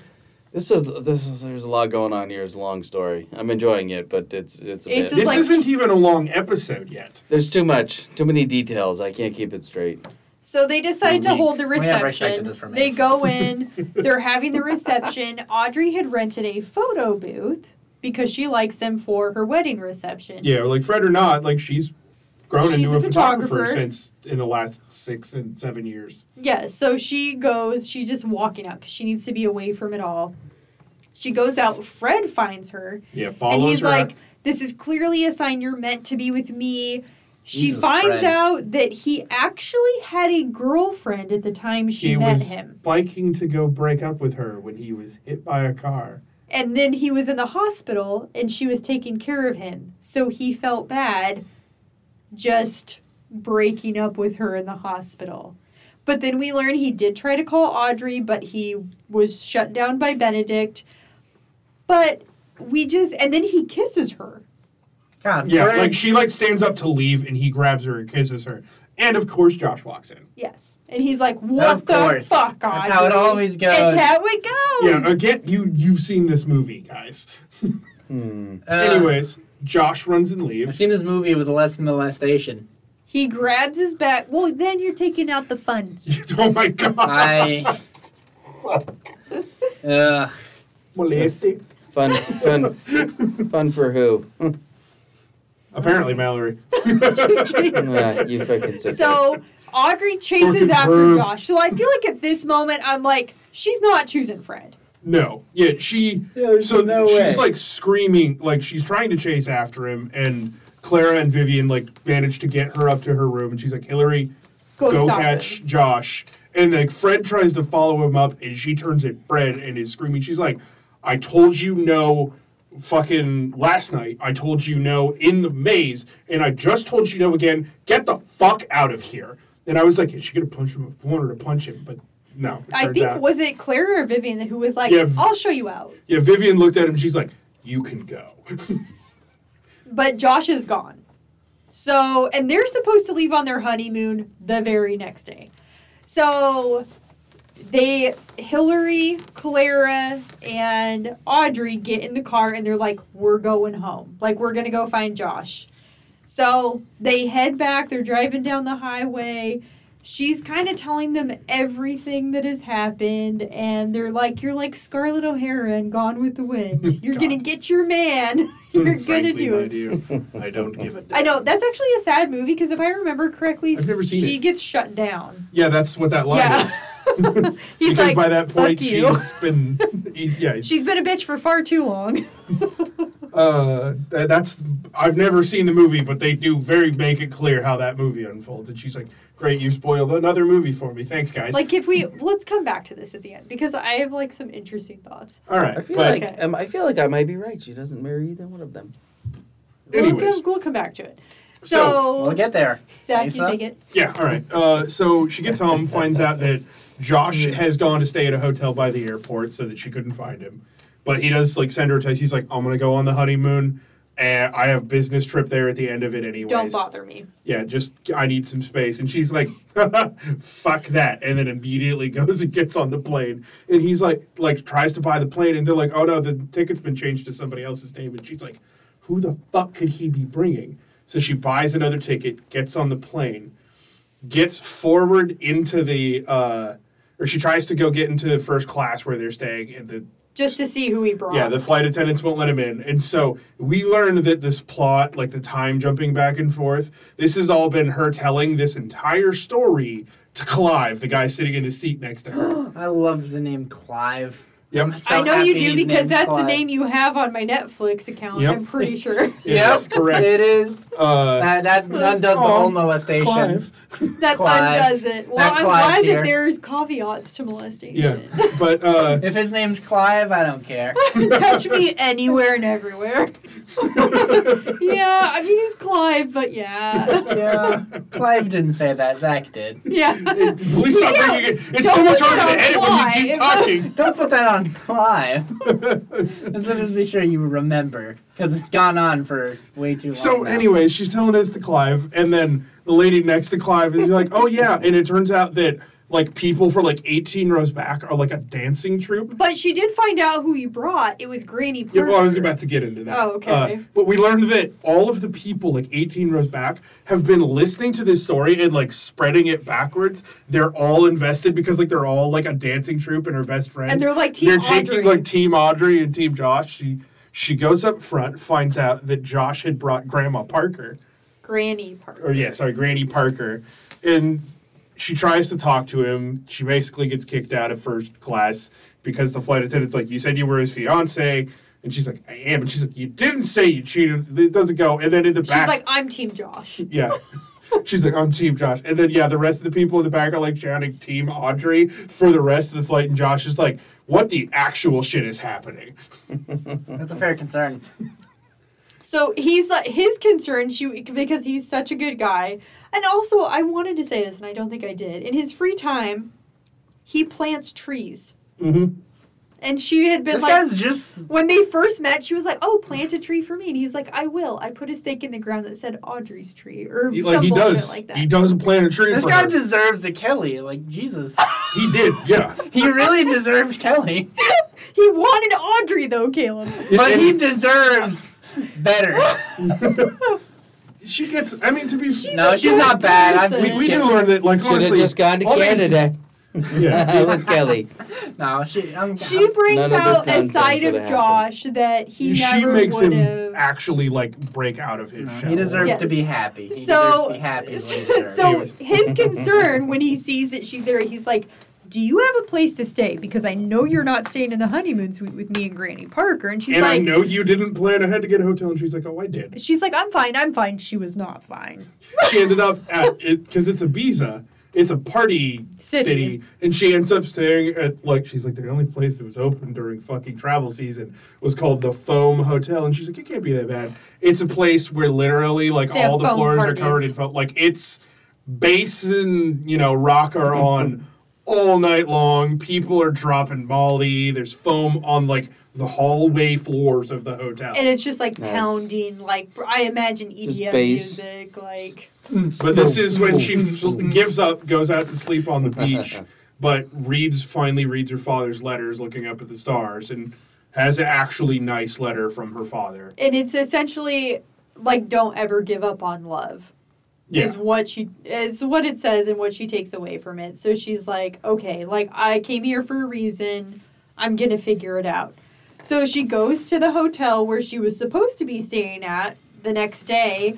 This is this is there's a lot going on here. It's a long story. I'm enjoying it, but it's it's a It's bit. This just like- isn't even a long episode yet. there's too much, too many details. I can't keep it straight. So they decide to Unique. hold the We have respected reception. this for They me. go in, they're having the reception. Audrey had rented a photo booth because she likes them for her wedding reception. Yeah, like Fred or not, like she's grown She's into a a photographer. photographer. since in the last six and seven years. Yeah, so she goes, she's just walking out because she needs to be away from it all. She goes out, Fred finds her, Yeah, and follows he's her. like, This is clearly a sign you're meant to be with me. She Jesus, finds Fred. out that he actually had a girlfriend at the time she he met was him. biking to go break up with her when he was hit by a car. And then he was in the hospital and she was taking care of him. So he felt bad just breaking up with her in the hospital. But then we learn he did try to call Audrey, but he was shut down by Benedict. But we just, and then he kisses her. God, Yeah, Fred. like she like stands up to leave, and he grabs her and kisses her. And of course, Josh walks in. Yes. And he's like, what Of the course. fuck, Audrey? That's how it always goes. That's how it goes. Yeah, again, you you've seen this movie, guys. Uh, Anyways, Josh runs and I've leaves. seen this movie with less molestation. he grabs his back. Well, then you're taking out the fun. oh my god! I. Ugh. Molested. Fun, fun, fun for who? Apparently, Mallory. Just kidding. Nah, you fucking said So Audrey Fucking chases after perv. Josh. So I feel like at this moment I'm like, she's not choosing Fred. No. Yeah, she. Yeah, there's so no she's way. like screaming, like she's trying to chase after him, and Clara and Vivian like manage to get her up to her room, and she's like, Hillary, Go go, stop catch him." Josh. And like Fred tries to follow him up, and she turns at Fred and is screaming. She's like, I told you no. Fucking last night, I told you no in the maze, and I just told you no again. Get the fuck out of here! And I was like, "Is she gonna punch him? I want her to punch him, but no." it I turns think out- was it Clara or Vivian who was like, Yeah, V- I'll show you out. yeah, Vivian looked at him. She's like, "You can go." But Josh is gone. So and they're supposed to leave on their honeymoon the very next day. So they Hillary, Clara, and Audrey get in the car and they're like, We're going home. Like we're gonna go find Josh. So they head back, they're driving down the highway. She's kind of telling them everything that has happened, and they're like, You're like Scarlett O'Hara and Gone with the Wind. You're gonna God. get your man. You're gonna Frankly, do my it. dear, I don't give a damn. I know that's actually a sad movie because if I remember correctly, I've never seen she it. gets shut down. Yeah, that's what that line Yeah. is. He's because like, by that point, "Fuck you." she's been. e, Yeah, She's been a bitch for far too long. uh, that- that's. I've never seen the movie, but they do very make it clear how that movie unfolds. And she's like, "Great, you spoiled another movie for me. Thanks, guys." like if we let's come back to this at the end because I have like some interesting thoughts. all I right, feel but like um, I feel like I might be right. She doesn't marry either one of them. We'll go- Anyways. we'll come back to it. So- So, We'll get there. Zach, Lisa? you take it. yeah, all right. Uh, so she gets home, finds out that Josh has gone to stay at a hotel by the airport, so that she couldn't find him. But he does like send her a text. He's like, "I'm gonna go on the honeymoon." And I have business trip there at the end of it, anyways. Don't bother me. yeah, just I need some space. And she's like, fuck that. And then immediately goes and gets on the plane. And he's like, like tries to buy the plane. And they're like, oh no, the ticket's been changed to somebody else's name. And she's like, who the fuck could he be bringing? So she buys another ticket, gets on the plane, gets forward into the, uh, or she tries to go get into first class where they're staying. And the Just to see who he brought. yeah, the flight attendants won't let him in. And so we learned that this plot, like the time jumping back and forth, this has all been her telling this entire story to Clive, the guy sitting in the seat next to her. I love the name Clive. Yep. I'm so I know happy you do his because name's that's the Clive. name you have on my Netflix account. Yep. I'm pretty sure Yes, correct. It is. Uh, That that undoes the Aw, whole molestation. Clive. that Clive. undoes it. Well, That I'm Clive's glad here. that there's caveats to molestation. Yeah, but uh, If his name's Clive, I don't care. Touch me anywhere and everywhere. yeah, I mean he's Clive, but yeah, yeah, Clive didn't say that. Zach did. yeah. it, please stop Yeah, bringing it. It's don't so much put it harder on to edit when you keep Clive. talking. Don't put that on Clive. Let's just be sure you remember, because it's gone on for way too long. So, now. anyways, she's telling us to Clive, and then the lady next to Clive is like, "Oh yeah," and it turns out that like people for like 18 rows back are like a dancing troupe. But she did find out who he brought. It was Granny Yeah, Parker. well, I was about to get into that. Uh, Oh, okay. but we learned that all of the people, like 18 rows back, have been listening to this story and like spreading it backwards. They're all invested because like they're all like a dancing troupe and her best friends. And they're like Team They're taking Audrey. like Team Audrey and Team Josh. She she goes up front, finds out that Josh had brought Grandma Parker, Granny or Parker. Oh, yeah, sorry, Granny Parker, and she tries to talk to him. She basically gets kicked out of first class because the flight attendant's like, "You said you were his fiance," and she's like, "I am," and she's like, "You didn't say you cheated." It doesn't go, and then in the She's back, like, I'm Team Josh. yeah. She's like, I'm Team Josh. And then, yeah, the rest of the people in the back are like shouting Team Audrey for the rest of the flight. And Josh is like, What the actual shit is happening? that's a fair concern. So he's like his concern she because he's such a good guy. And also I wanted to say this and I don't think I did. In his free time, he plants trees. Mm-hmm. And she had been this like guy's just when they first met, she was like, "Oh, plant a tree for me," and he's like, "I will." I put a stake in the ground that said Audrey's tree or He, some like, he bullshit does. like that. he does plant a tree this for guy her. deserves a Kelly. Like Jesus, he did, yeah. he really deserves Kelly, He wanted Audrey though, Caleb. but And- he deserves better. She gets. I mean, to be She's No, a she's good not bad. I'm person. we, we do learn that like Should have honestly, just gone to all these- Canada. Yeah. with Kelly. No, she. I'm, She brings None of this out a nonsense side would've of happened. Josh that he she never makes would him have. actually like break out of his No, shell. he deserves to Yes. be happy. He deserves So, to be happy. so, later. his concern when he sees that she's there, he's like, "Do you have a place to stay? Because I know you're not staying in the honeymoon suite with me and Granny Parker." And she's and I like, know you didn't plan ahead to get a hotel, and she's like, "Oh, I did." "She's like, I'm fine. I'm fine." She was not fine. She ended up at it because it's Ibiza. It's a party city. City. and she ends up staying at like she's like the only place that was open during fucking travel season was called the Foam Hotel, and she's like, "It can't be that bad." It's a place where literally like They have all the foam floors parties. are covered in foam. Like it's bass and you know rock are on all night long. People are dropping Molly. There's foam on like the hallway floors of the hotel. And it's just like Nice. pounding, like I imagine EDM bass. music, like But this is when she f- gives up, goes out to sleep on the beach, but reads finally reads her father's letters, looking up at the stars, and has an actually nice letter from her father. and it's essentially like don't ever give up on love Yeah, is what she is what it says and what she takes away from it so she's like okay like i came here for a reason i'm gonna figure it out so she goes to the hotel where she was supposed to be staying at the next day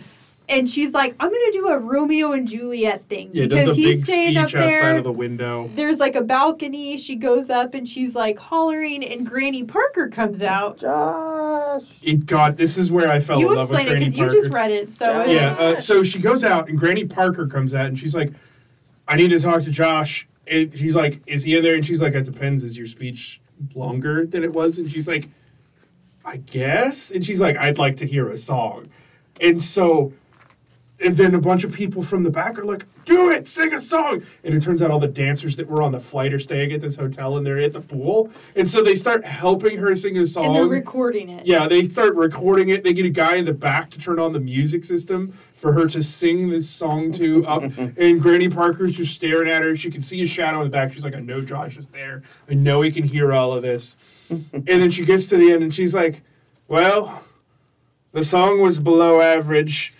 and she's like i'm gonna do a romeo and juliet thing yeah, because does a big he's staying speech up outside there of the window. there's like a balcony she goes up and she's like hollering and granny parker comes out Josh. It God, this is where I fell in you love with explain it Granny because you Parker. just read it so Yeah. yeah, uh, so she goes out, and Granny Parker comes out, and she's like, "I need to talk to Josh." And he's like, "Is he in there?" And she's like, "It depends. Is your speech longer than it was?" And she's like, "I guess." And she's like, "I'd like to hear a song." And so, and then a bunch of people from the back are like, "Do it, sing a song!" And it turns out all the dancers that were on the flight are staying at this hotel, and they're at the pool, and so they start helping her sing a song. and they're recording it. Yeah, they start recording it. They get a guy in the back to turn on the music system for her to sing this song to up. and Granny Parker's just staring at her. She can see a shadow in the back. She's like, I know Josh is there. I know he can hear all of this. and then she gets to the end and she's like, Well, the song was below average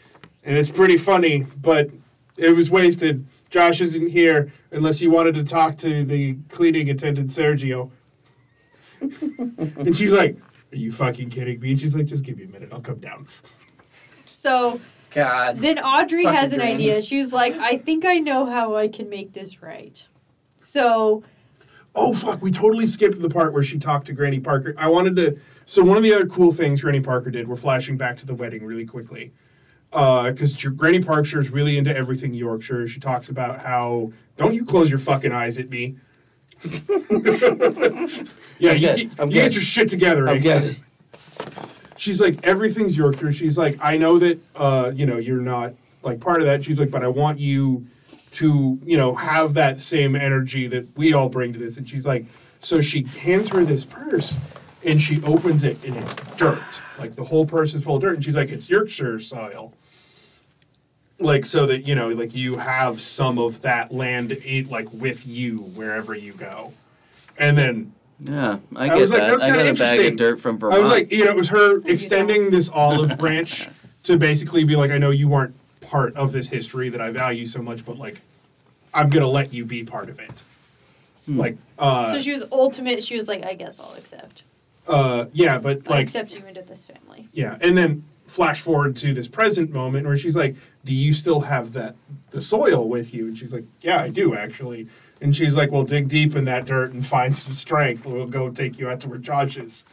and it's pretty funny, but it was wasted. Josh isn't here unless you wanted to talk to the cleaning attendant, Sergio. And she's like, Are you fucking kidding me? And she's like, Just give me a minute. I'll come down. So God. then Audrey Fucking has an granny. idea. She's like, I think I know how I can make this right. So Oh, fuck. We totally skipped the part where she talked to Granny Parker. I wanted to. So, one of the other cool things Granny Parker did, we're flashing back to the wedding really quickly. Because Granny Parker is really into everything Yorkshire. She talks about how, don't you close your fucking eyes at me. yeah, I'm you, good. get- I'm you get good. your shit together, I'm Ace. good. she's like everything's Yorkshire. She's like, I know that uh, you know you're not like part of that. She's like, but I want you to you know have that same energy that we all bring to this. And she's like, so she hands her this purse, and she opens it, and it's dirt. Like the whole purse is full of dirt, and she's like, it's Yorkshire soil. Like so that you know, like you have some of that land, in, like with you wherever you go, and then Yeah, I I get was like, that. that's I got kinda a bag interesting. of dirt from Vermont. I was like, you know, it was her extending this olive branch to basically be like, I know you aren't part of this history that I value so much, but like, I'm gonna let you be part of it. Hmm. Like, uh, so she was ultimate. She was like, I guess I'll accept. uh, yeah, but I like, accept you into this family. yeah, and then flash forward to this present moment where she's like, "Do you still have that the soil with you?" And she's like, "Yeah, I do actually." And she's like, "Well, dig deep in that dirt and find some strength. We'll go take you out to where Josh is."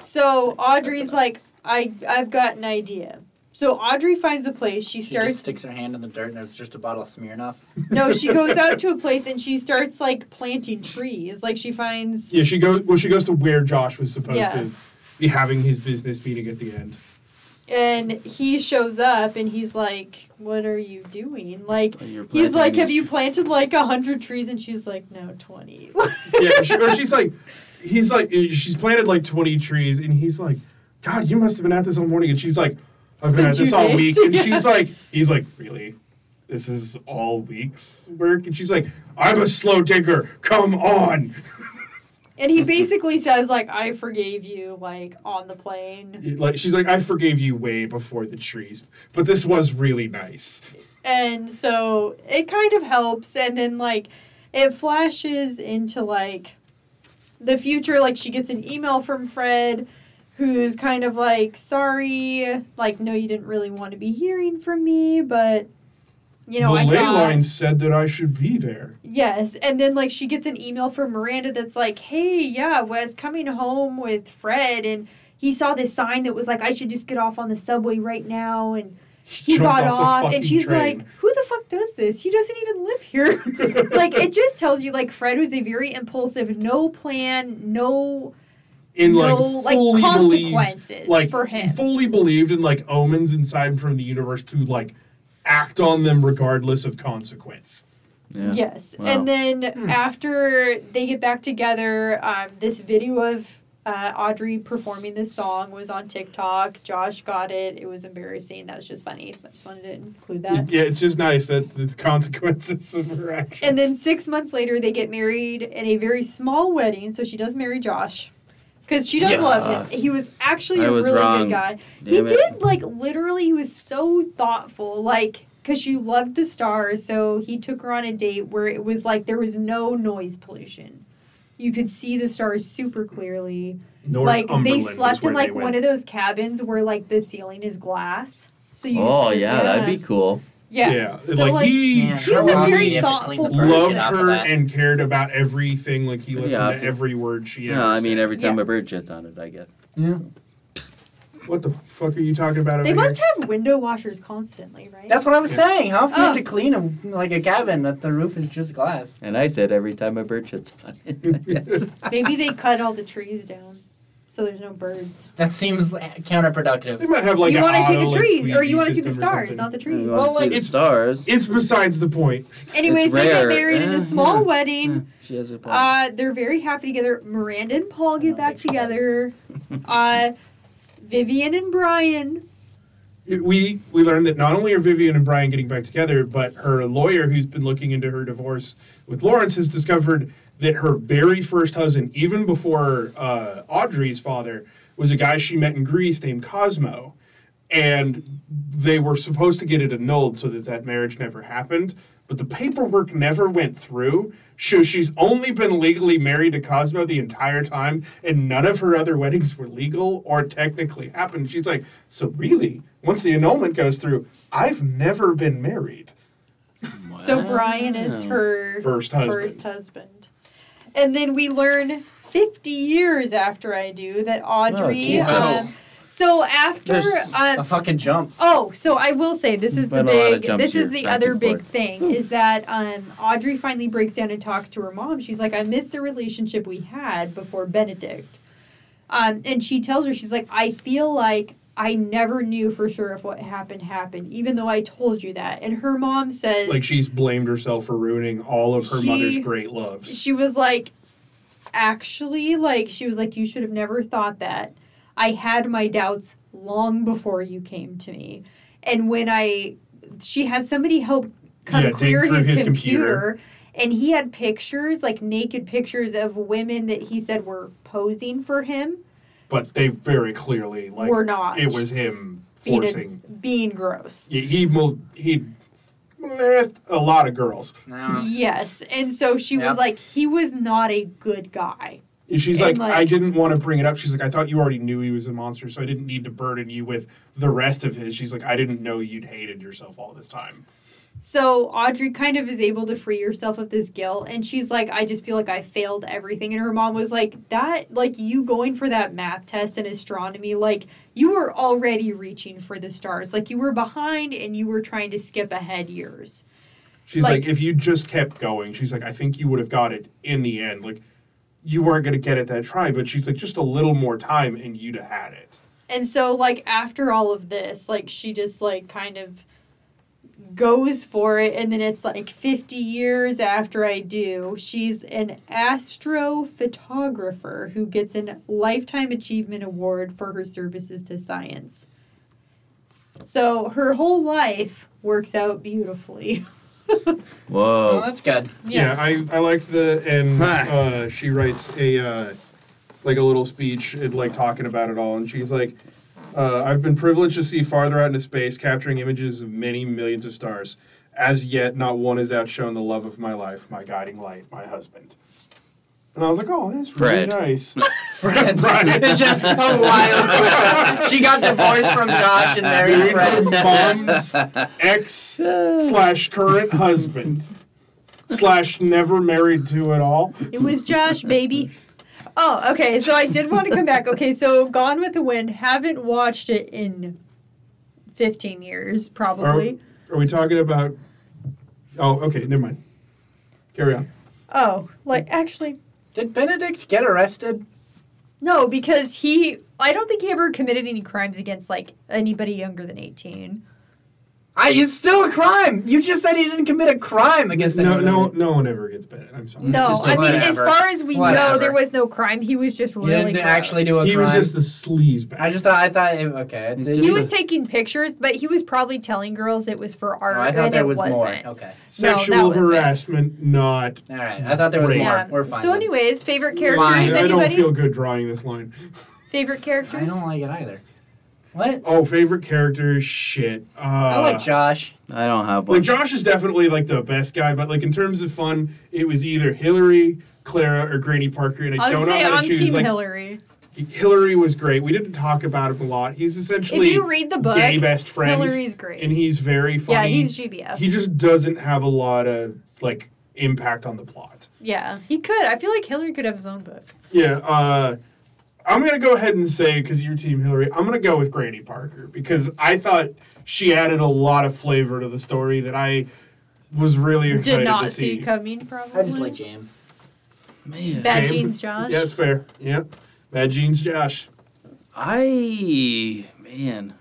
So Audrey's like, I I've got an idea. So Audrey finds a place. She She just starts sticks her hand in the dirt and there's just a bottle of Smirnoff. no. She goes out to a place and she starts like planting trees. Like she finds Yeah, she goes. Well, she goes to where Josh was supposed Yeah. to be having his business meeting at the end. and he shows up and he's like, "What are you doing?" Like Well, you're He's planting like, have these- you planted like a hundred trees? And she's like, no, twenty. Yeah, she, or she's like, he's like, she's planted like twenty trees, and he's like, God, you must have been at this all morning. And she's like, I've been been at this two all days. week. And Yeah. she's like, he's like, really, this is all week's work. And she's like, I'm a slow digger. Come on. and he basically says like, I forgave you like on the plane. Like she's like, I forgave you way before the trees, but this was really nice. And so it kind of helps. And then like it flashes into like the future. Like she gets an email from Fred, who's kind of like, "Sorry, like no, you didn't really want to be hearing from me, but you know, the I ley got- line said that I should be there. Yes, and then like she gets an email from Miranda that's like, "Hey, yeah, was coming home with Fred, and he saw this sign that was like, I should just get off on the subway right now, and he Jumped got off the off." fucking and she's train. like, "Who the fuck does this? He doesn't even live here." like it just tells you like Fred was a very impulsive, no plan, no in like no like fully believed, consequences like for him. fully believed in like omens and signs from the universe to like act on them regardless of consequence. Yeah. Yes. Wow. And then after they get back together, um, this video of uh, Audrey performing this song was on TikTok. Josh got it. It was embarrassing. That was just funny. I just wanted to include that. yeah, it's just nice that the consequences of her actions. And then six months later, they get married at a very small wedding. So she does marry Josh. Because she does Yes. love him. He was actually I a was really wrong. good guy. he Damn it. did, like, literally, he was so thoughtful. Like, because she loved the stars. So he took her on a date where it was like there was no noise pollution. You could see the stars super clearly. North like, they Umberland is slept where in, they like, went. one of those cabins where, like, the ceiling is glass. So you Oh sit- yeah, that'd be cool. yeah, Yeah. it's So, like, like, he Yeah, He's a truly Probably very you have to thoughtful clean the person. birds loved off of her that. and cared about everything. Like he Yeah, listened I to have to- every word she. Yeah, ever I mean said. every time Yeah. a bird shits on it, I guess. Yeah. What the fuck are you talking about? Over They here? must have window washers constantly, right? That's what I was Yeah. saying. How if you have to Oh. clean a, like a cabin that the roof is just glass? And I said every time a bird shits on it. I guess. Maybe they cut all the trees down, so there's no birds. That seems counterproductive. They might have like you an want to see the auto, like, trees, or you want to see squeegee the system or stars, something. not the We trees. wanna Well, see like, the it's- stars. It's besides the point. Anyways, they get rare. married in Eh, a small yeah. wedding. she has a point. Uh, they're very happy together. Miranda and Paul I get don't back think she does. together. Uh, Vivian and Brian. It- we we learned that not only are Vivian and Brian getting back together, but her lawyer, who's been looking into her divorce with Lawrence, has discovered that her very first husband, even before uh, Audrey's father, was a guy she met in Greece named Cosmo, and they were supposed to get it annulled so that that marriage never happened. But the paperwork never went through. So she's only been legally married to Cosmo the entire time, and none of her other weddings were legal or technically happened. She's like, so really, once the annulment goes through, I've never been married. Uh, So Brian is Wow. her First husband. first husband. And then we learn 50 years after I do that Audrey. Oh, Jesus. uh, so after There's A um, fucking jump. Oh, so I will say this is the Been a lot of big. jumps This is here, the back other and big forth. thing is that um, Audrey finally breaks down and talks to her mom. She's like, "I miss the relationship we had before Benedict," um, and she tells her, "She's like, I feel like I never knew for sure if what happened happened, even though I told you that." And her mom says, Like she's blamed herself for ruining all of her She- mother's great loves. she was like actually like she was like you should have never thought that i had my doubts long before you came to me and when i she had somebody help come Yeah, dig clear through his, his computer. computer, and he had pictures like naked pictures of women that he said were posing for him But they very clearly like were not it was him being, forcing. being gross Yeah, he mol- he molested a lot of girls. No. yes and so she Yep. was like he was not a good guy She's like, And, I like- didn't want to bring it up. She's like, I thought you already knew he was a monster, so I didn't need to burden you with the rest of his. She's like, I didn't know you'd hated yourself all this time. So Audrey kind of is able to free herself of this guilt and she's like I just feel like I failed everything and her mom was like that like you going for that math test in astronomy like you were already reaching for the stars like you were behind and you were trying to skip ahead years. She's like, Like- if you just kept going, she's like, I think you would have got it in the end. Like, you weren't going to get it that try, but she's like, just a little more time and you'd have had it. And so like after all of this like she just like kind of goes for it and then it's like 50 years after I do she's an astrophotographer who gets a lifetime achievement award for her services to science. So her whole life works out beautifully. Well, Whoa. that's good. yes. Yeah, I, I like the and Right. uh, she writes a uh, like a little speech and like talking about it all, and she's like, Uh, I've been privileged to see farther out into space, capturing images of many millions of stars. As yet, not one has outshone the love of my life, my guiding light, my husband. And I was like, oh, that's really Fred. nice. Fred. Right. it's just a wild twist. She got divorced from Josh and married Fred. Mom's ex slash current husband slash never married to at all. It was Josh, baby. Oh, okay. So I did want to come back. Okay, so Gone with the Wind. Haven't watched it in fifteen years, probably. Are we talking about? Oh, okay. Never mind. Carry on. Oh, like actually, Did Benedict get arrested? no, because he. I don't think he ever committed any crimes against like anybody younger than eighteen. I, it's still a crime. You just said he didn't commit a crime against No, anyone. no, no one ever gets banned. I'm sorry. No, Mm. Just I mean, as whatever. far as we know, Whatever. there was no crime. He was just He really. didn't gross. actually do a he crime. was just the sleaze bag. I just thought. I thought. It, okay. He's It- just He a- was taking pictures, but he was probably telling girls it was for art. Oh, I thought and there it was wasn't. more. Okay. Sexual was it. harassment, not. All right. I thought there was Great. more. Yeah. We're fine. So, then. anyways, favorite I, characters? I don't Anybody? feel good drawing this line. favorite I characters? don't like it either. What? Oh, favorite character, shit. Uh, I like Josh. I don't have one. Like Josh is definitely like the best guy, but like in terms of fun, it was either Hillary, Clara, or Granny Parker, and I, I don't was know say how to I'm choose. Team like Hillary. Hillary was great. We didn't talk about him a lot. He's essentially If you read the book, gay best friend, Hillary's great. and he's very funny. yeah, he's GBF. he just doesn't have a lot of like impact on the plot. yeah, he could. I feel like Hillary could have his own book. Yeah, uh, I'm gonna go ahead and say because your team Hillary, I'm gonna go with Granny Parker because I thought she added a lot of flavor to the story that I was really excited Did not to see see. coming, probably. I just like James. Man, Bad James- Jeans Josh. Yeah, that's fair. Yeah, Bad Jeans Josh. I man,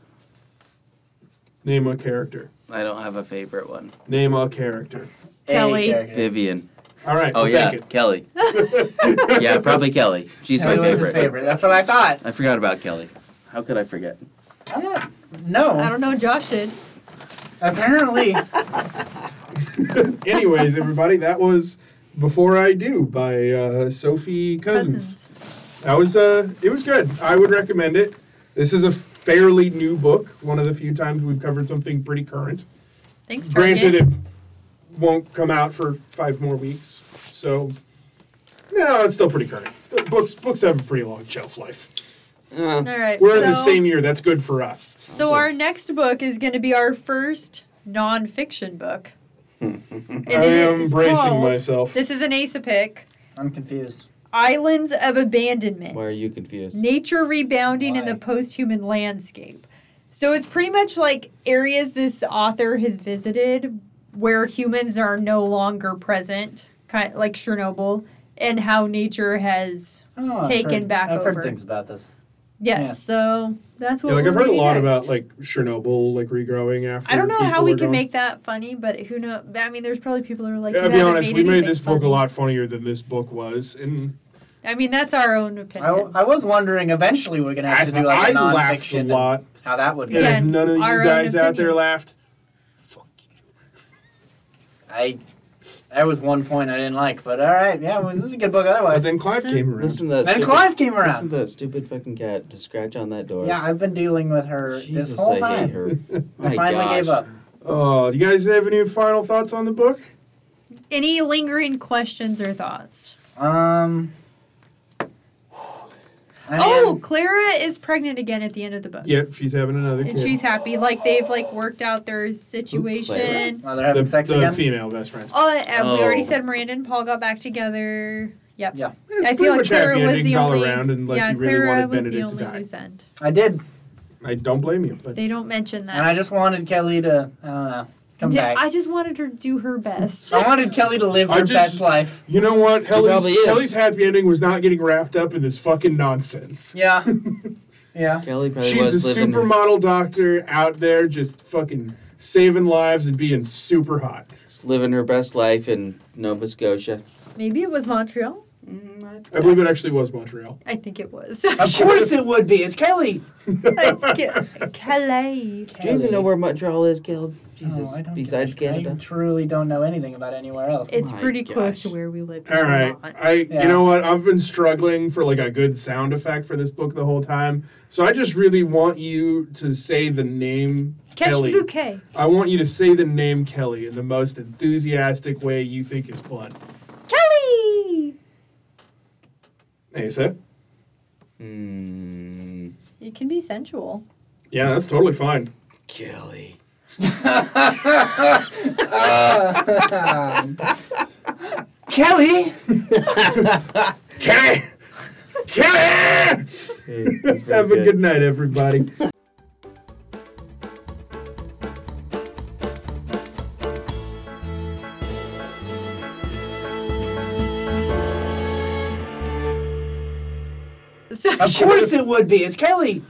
Name a character. I don't have a favorite one. Name a character. Kelly. Any character. Vivian. All right, Oh we'll yeah, take it. Kelly. yeah, probably Kelly. She's my Kelly was his favorite. favorite. That's what I thought. I forgot about Kelly. How could I forget? I'm not. No. I don't know. Josh did. Apparently. Anyways, everybody, that was Before I Do by uh, Sophie Cousins. That was uh, it was good. I would recommend it. This is a fairly new book. One of the few times we've covered something pretty current. Thanks, Granted, Target. it won't come out for five more weeks, so no, it's still pretty current. The books books have a pretty long shelf life. All right. We're so, in the same year. That's good for us. So our next book is going to be our first nonfiction book. and I it am is bracing called- myself. This is an Asa pick. I'm confused. Islands of Abandonment. Why are you confused? nature rebounding in Why? the post-human landscape so it's pretty much like areas this author has visited where humans are no longer present kind like chernobyl and how nature has Oh, I've Taken heard- back I've over. heard things about this. yes Yeah. so that's what Yeah, like we're I've heard a reading lot about next. like Chernobyl like regrowing after. i don't know people how we are can gone. make that funny but who know i mean there's probably people who are like Yeah, "You I'll be haven't honest, we made anything this book a funny." lot funnier than this book was, and i mean that's our own I, opinion w- I was wondering eventually we're going to have to do like a I laughed nonfiction a and lot. how that would And go. Yeah. if none of you our own guys out there opinion. laughed, fuck you. I there was one point I didn't like, but all right, yeah, well, this is a good book otherwise. But then Clive came around. Listen to that. and stupid- Clive came Listen around. to that stupid fucking cat to scratch on that door. Yeah, I've been dealing with her Jesus, this whole I time. hate her. I My finally gosh. gave up. Uh, do you guys have any final thoughts on the book? any lingering questions or thoughts Um. I oh mean, clara is pregnant again at the end of the book Yep, she's having another and kid. she's happy. Like they've like worked out their situation. well, Oh, they're having the, sex the again. female best friend. Oh, and we already Oh. said Miranda and Paul got back together. Yep. Yeah. It's I pretty feel like much Clara happy was endings the all only. around, unless yeah, you really Clara wanted was the Benedict only to die. loose end. I did, I don't blame you, but They don't mention that. and I just wanted Kelly to, I don't know, come Did- back. I just wanted her to do her best. I wanted Kelly to live I her just- best life. you know what? probably Kelly's, is. Kelly's happy ending was not getting wrapped up in this fucking nonsense. Yeah. yeah. Kelly probably She's was a living. Her, supermodel doctor out there just fucking saving lives and being super hot. living her best life in Nova Scotia. Maybe it was Montreal. Mm, I I believe it actually was Montreal. I think it was. Of course it would be. It's Kelly. it's Ca- Calais. Do you even know where Montreal is, Caleb? Jesus, Oh, I don't besides give a shit. I Canada. truly don't know anything about anywhere else. It's My pretty close to gosh. where we live. All right. Vermont. I Yeah. you know what? I've been struggling for like a good sound effect for this book the whole time. So I just really want you to say the name Catch Kelly. the bouquet. I want you to say the name Kelly in the most enthusiastic way you think is fun. Kelly! Asa? Mm, It can be sensual. Yeah, that's totally fine. Kelly. Um, Kelly. Kelly! Kelly! Have a good night, everybody. Of course it would be. It's Kelly.